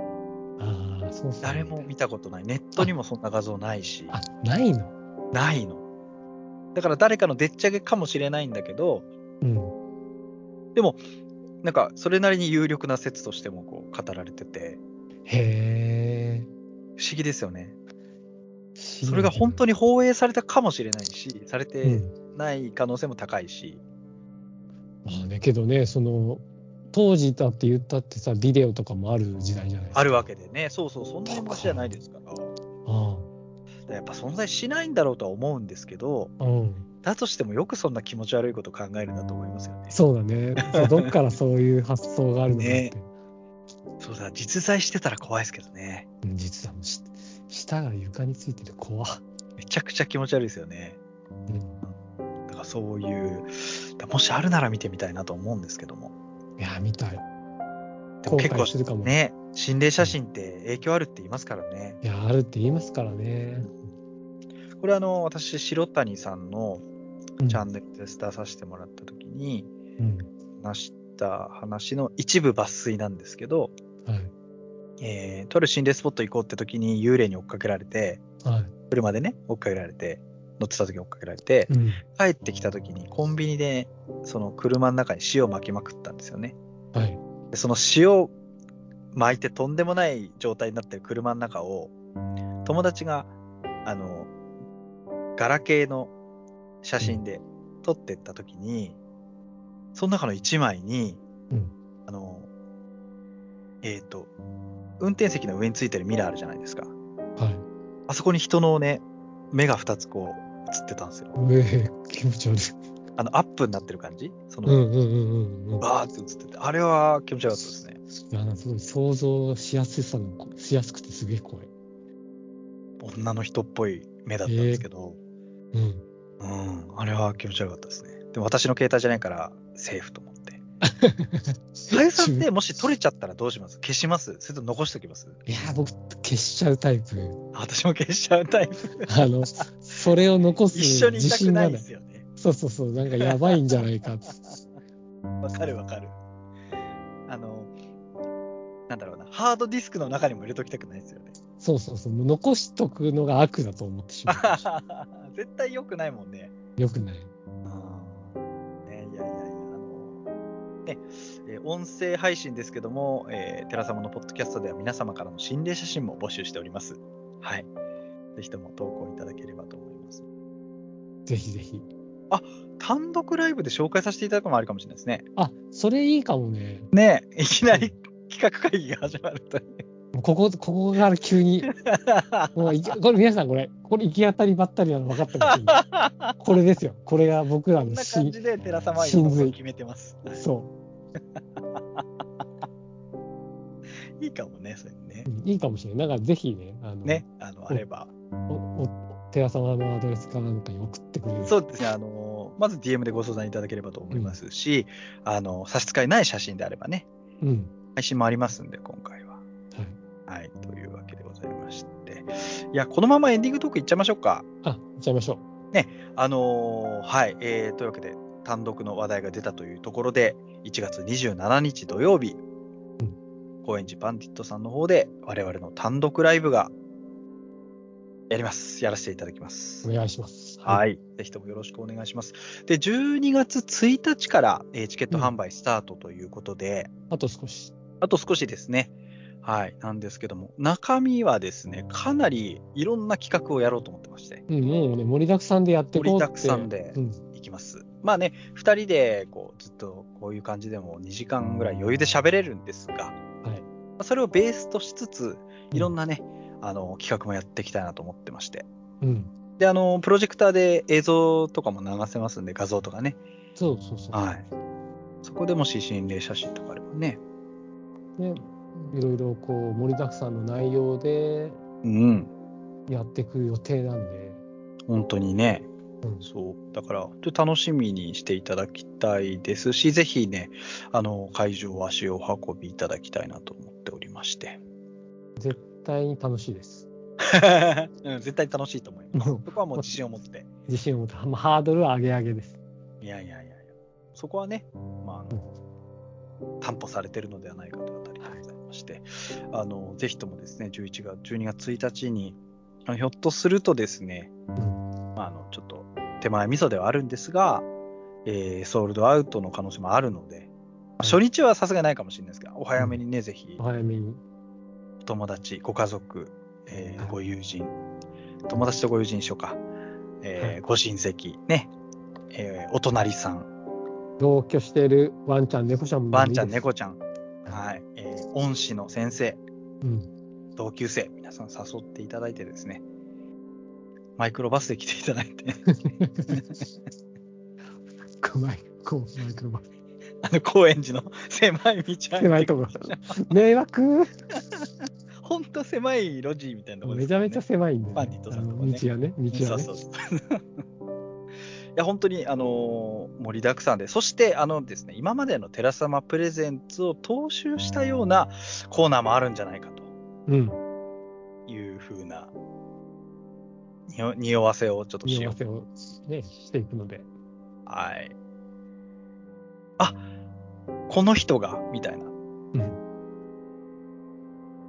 S3: ああそうそう
S1: 誰も見たことない。ネットにもそんな画像ないし、
S3: あないの
S1: ないの。だから誰かのでっち上げかもしれないんだけど、
S3: うん
S1: なんかそれなりに有力な説としてもこう語られてて、
S3: へえ
S1: 不思議ですよね。
S3: そ
S1: それが本当
S3: に
S1: に放映されたかもしれないし、され
S3: う
S1: て
S3: ん
S1: ない可能性も高いし、
S3: まあねけどねその当時だって言ったってさビデオとかもある時代じゃないですか
S1: あるわけでね、そうそう、そんなに昔じゃないですから、だか
S3: あ
S1: らやっぱ存在しないんだろうとは思うんですけど、
S3: あうん
S1: だとしてもよくそんな気持ち悪いこと考えるなと思いますよね。
S3: そうだねそうどっからそういう発想があるのかって、
S1: ねそうだ、実在してたら怖いですけどね、
S3: うん実はもうし舌が床についてる怖
S1: めちゃくちゃ気持ち悪いですよね。
S3: うん
S1: だからそういう、だもしあるなら見てみたいなと思うんですけども、
S3: いやみたい
S1: でも結
S3: 後
S1: 構
S3: 悔するかも
S1: ね、心霊写真って影響あるって言いますからね。
S3: いやあるって言いますからね、
S1: これあの私白谷さんの
S3: うん
S1: チャンネルで出させてもらった時に
S3: うん
S1: 話した話の一部抜粋なんですけど、
S3: はい
S1: えー、とある心霊スポット行こうって時に幽霊に追っかけられて
S3: は
S1: 車でね追っかけられて乗ってた時に追っかけられて
S3: い、うん、
S1: 帰ってきた時にコンビニでその車の中に塩を巻きまくったんですよね
S3: はい
S1: でその塩を巻いてとんでもない状態になってる車の中を友達があのガラケーの写真で撮ってった時に、その中の一枚に、
S3: うん
S1: あの、えっ、と、運転席の上についてるミラーあるじゃないですか。
S3: はい。
S1: あそこに人のね、目が2つこう映ってたんですよ。
S3: うえ気持ち悪い。
S1: あの、アップになってる感じそうの、
S3: んうんうんうんうん。
S1: バーって映ってて、あれは気持ち悪かったですね。
S3: いや、なんかすごい想像しやすさの、しやすくてすげえ怖い。
S1: 女の人っぽい目だったんですけど、
S3: うん。
S1: うん、あれは気持ち悪かったですね。でも私の携帯じゃないから、セーフと思って。かゆさん ってもし取れちゃったらどうします消しますそれとも残しておきます
S3: いや、僕、消しちゃうタイプ。
S1: あ私も消しちゃうタイプ。
S3: あの、それを残す
S1: 一緒にい
S3: 自
S1: たく
S3: 信
S1: な
S3: が
S1: い
S3: な
S1: で
S3: い。
S1: すよね。
S3: そうそうそう、なんかやばいんじゃないか。
S1: わかるわかる。あの、なんだろうな、ハードディスクの中にも入れときたくないですよね。
S3: そうそうそう、もう残しとくのが悪だと思ってしまう。
S1: 絶対良くないもんね。
S3: よくない。
S1: ね、いやいやいや、あの、ね、えー音声配信ですけども、えー、寺様のポッドキャストでは皆様からの心霊写真も募集しております。はい。ぜひとも投稿いただければと思います。
S3: ぜひぜひ。
S1: 単独ライブで紹介させていただくのもあるかもしれないですね。
S3: あ、それいいかもね。
S1: ねえ、いきなり企画会議が始まるという。
S3: もうここ、ここから急に、もういき、これ皆さんこれ、これ行き当たりばったりなの分かってますよ ねこれですよ。これが僕ら
S1: こん
S3: の
S1: な
S3: し
S1: 感じで寺様は今のところ決めてます。
S3: そ
S1: いいかもね、それね
S3: う。う。んいいかもしれない。だからぜひね、あの、
S1: ね、あの、あれば。
S3: お、お、寺様のアドレスかなんかに送ってくれる。
S1: そうですね、あの、まず DM でご相談いただければと思いますし、あの、差し支えない写真であればね、
S3: うん。
S1: 配信もありますんで、今回は。
S3: はい。
S1: はい、というわけでございまして。いや、このままエンディングトークいっちゃいましょうか。
S3: あ、行っちゃいましょう。
S1: あのーはい、えーというわけで、単独の話題が出たというところで、1月27日土曜日、高円寺バンディットさんの方で、我々の単独ライブが、やります。やらせていただきます
S3: お。願いします。。
S1: はいい。ぜひともよろしくお願いします。で、12月1日から、えーチケット販売スタートということで、
S3: あと少し。
S1: あと少しですね。はい。なんですけども、中身はですね、かなりいろんな企画をやろうと思ってまして、
S3: うん、もうね、盛りだくさんでやってこうって。
S1: 盛りだくさんで
S3: うん。
S1: いきます。まあね、2人で、こう、ずっとこういう感じでも2時間ぐらい余裕で喋れるんですが、
S3: はい
S1: それをベースとしつつ、いろんなね、あの、企画もやっていきたいなと思ってまして。
S3: うん。
S1: で、あの、プロジェクターで映像とかも流せますんで、画像とかね、
S3: そうそうそう。
S1: はい。そこでもし心霊写真とかあればね。
S3: ね、いろいろこう盛りだくさんの内容で
S1: うん。
S3: やっていく予定なんで、
S1: 本当にね。
S3: うん
S1: そう。だから、ちょっと楽しみにしていただきたいですし、ぜひね、あの、会場を足を運びいただきたいなと思っておりま して。
S3: 絶対に楽しいです。
S1: うん、絶対楽しいと思います。そこはもう自信を持って。
S3: 自信を持って、まあハードル上げ上げです。
S1: いやいやいやいや。そこはね、まあ、あの、担保されてるのではないかというあたりでございまして、あの、ぜひともですね、11月、12月1日に、あのひょっとするとですね、
S3: うん
S1: まあ、あのちょっと手前味噌ではあるんですが、えーソールドアウトの可能性もあるので、まあ初日はさすがにないかもしれないですが、お早めにね、ぜひ
S3: お、早めに。
S1: お友達、ご家族、えー
S3: はい
S1: ご友人、友達とご友人しようか、えー
S3: はい
S1: ご親戚、ね、えーお隣さん、
S3: 同居しているワンちゃん、猫ちゃんも
S1: ワンちゃん、
S3: いいです
S1: 猫ちゃん、はい、えー恩師の先生、
S3: うん。
S1: 同級生、皆さん誘っていただいてですね、マイクロバスで来ていただいて、
S3: うまい。こう、マイクロバス。
S1: あの、高円寺の狭い道
S3: 狭
S1: 狭
S3: い ところ。迷惑
S1: ほんと狭い路地みたいなところ
S3: めちゃめちゃ狭いんで、
S1: バンディットさんとか
S3: あの
S1: ね
S3: 道がね、道
S1: そ
S3: が
S1: う
S3: ね
S1: そ。うそう。 いや、本当に、あのー盛りだくさんで、そして、あのですね、今までの寺様プレゼンツを踏襲したようなコーナーもあるんじゃないか
S3: うん。
S1: というふうな、にお匂わせをちょっとし
S3: 匂
S1: よ
S3: わ
S1: う。
S3: せをね、していくので。
S1: はい。あこの人が、みたいな、
S3: うん。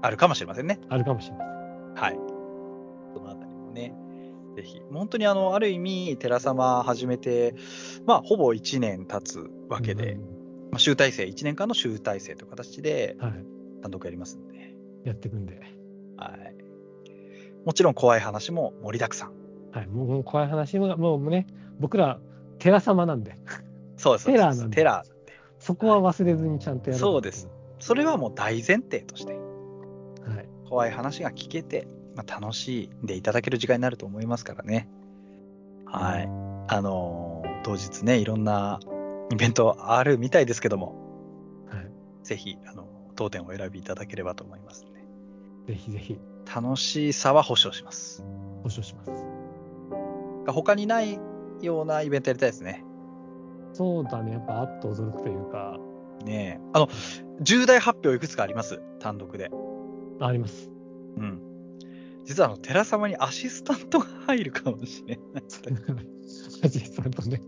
S1: あるかもしれませんね。
S3: あるかもしれない。
S1: はい。そのあたりもね、ぜひ、本当にあの、ある意味、寺様始めて、まあ、ほぼ1年経つわけで、
S3: うん
S1: まあ、集大成、1年間の集大成という形で
S3: はい。
S1: 単独やりますんで、
S3: やっていくんで。
S1: はい。もちろん怖い話も盛りだくさん。
S3: はい、もうもう怖い話も、もうね、僕ら、寺様なんで、
S1: そうです。
S3: テラーなんで
S1: テラーなんで
S3: そこは忘れずにちゃんとやる、
S1: そうです。それはもう大前提として、
S3: はい。
S1: 怖い話が聞けて、まあ、楽しんでいただける時間になると思いますからね。はい。あのー当日ね、いろんなイベントあるみたいですけども、
S3: はい。
S1: ぜひ、あの、当店お選びいただければと思いますね。
S3: ぜひぜひ、
S1: 楽しさは保証します。
S3: 保証します。
S1: 他にないようなイベントやりたいですね。
S3: そうだね、やっぱあっと驚くというか、
S1: ねえ。あの、重大発表いくつかあります。単独で。
S3: あります。
S1: うん。実はあの、寺様にアシスタントが入るかもしれない。
S3: アシスタントね。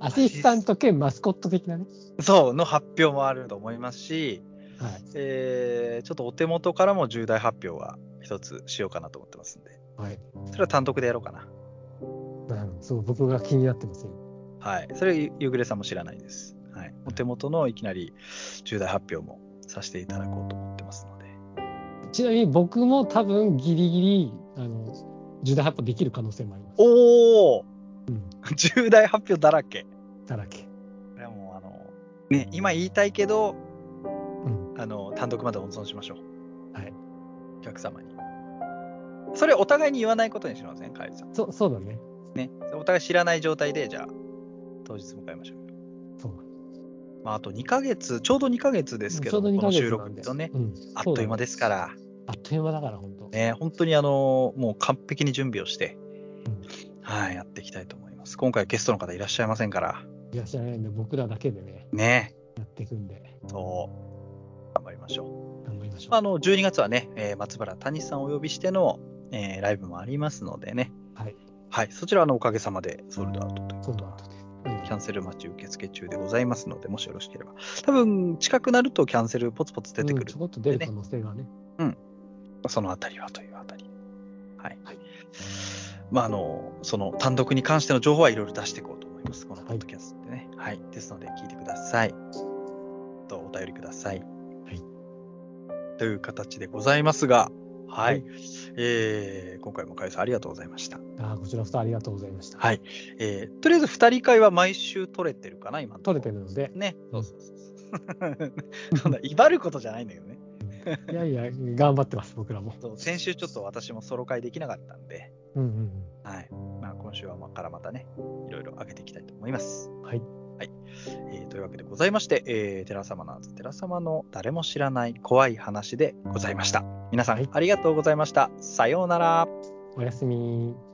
S3: アシスタント兼マスコット的なね。
S1: そう、の発表もあると思いますし、
S3: はい。
S1: えーちょっとお手元からも重大発表は一つしようかなと思ってますんで、
S3: はい。
S1: それは単独でやろうかな。
S3: なるほど。そう、僕が気になってますよ。
S1: はい。それゆ、ゆぐれさんも知らないです。はい。お手元のいきなり重大発表もさせていただこうと思ってますので。
S3: ちなみに僕も多分ギリギリ、あの、重大発表できる可能性もあります。
S1: おお、
S3: うん
S1: 重大発表だらけ。
S3: だらけ。
S1: これはもう、あの、ね、今言いたいけど、
S3: うん。
S1: あの、単独まで温存しましょう。
S3: はい。
S1: お客様に。それお互いに言わないことにしません、カエルさん。
S3: そそうだね。
S1: ね。お互い知らない状態で、じゃあ、当日迎えましょう。
S3: そう
S1: まあ、あと2ヶ月、ちょうど2ヶ月ですけ
S3: ちょ
S1: ど、
S3: うど
S1: こ
S3: 2ヶ
S1: の
S3: 月
S1: 収
S3: な
S1: 録
S3: んで。
S1: とね、
S3: うん、
S1: あっという間ですから、
S3: そうだねあっという間だから、本当。
S1: ね、本当にあの、もう完璧に準備をして
S3: うん、
S1: はい、やっていきたいと思います。今回ゲストの方いらっしゃいませんから、
S3: いらっしゃらないんで、僕らだけでね、
S1: ね、
S3: やっていくんで、
S1: そう、頑張りましょう。
S3: 頑張りましょう。
S1: あの、12月はね、えー松原谷さんをお呼びしての、えーライブもありますのでね、
S3: はい。
S1: はい、そちらはあのおかげさまでソールドアウトという
S3: そ
S1: こ
S3: う
S1: と
S3: だ
S1: で。
S3: うん
S1: キャンセル待ち受付中でございますので、もしよろしければ。多分、近くなるとキャンセルポツポツ出てく
S3: うん
S1: る
S3: ちょこっと出る可能性がね。
S1: そのあたりはというあたり。はい。
S3: はい
S1: まあ、あの、その単独に関しての情報はいろいろ出していこうと思います。このポッドキャストでね。はい。ですので、聞いてください。と、お便りください。
S3: い
S1: という形でございますが、はい。
S3: は
S1: えー今回もかゆさんありがとうございました。
S3: ああ、こちらこそありがとうございました。
S1: はいえーとりあえず二人会は毎週取れてるかな、今。
S3: 取れてるので、
S1: ね。
S3: う
S1: そ
S3: ん
S1: うそうそうそう。 そんな、威張ることじゃないんだけどね。
S3: いやいや、頑張ってます、僕らも。
S1: そう先週ちょっと私もソロ会できなかったんで、
S3: うんうん
S1: はい。まあ、今週はまあからまたね、いろいろ上げていきたいと思います。
S3: うん。はい。
S1: えーというわけでございまして、えー、寺様なんです。寺様の誰も知らない怖い話でございました。皆さん、
S3: はい
S1: ありがとうございました。さようなら。
S3: おやすみ。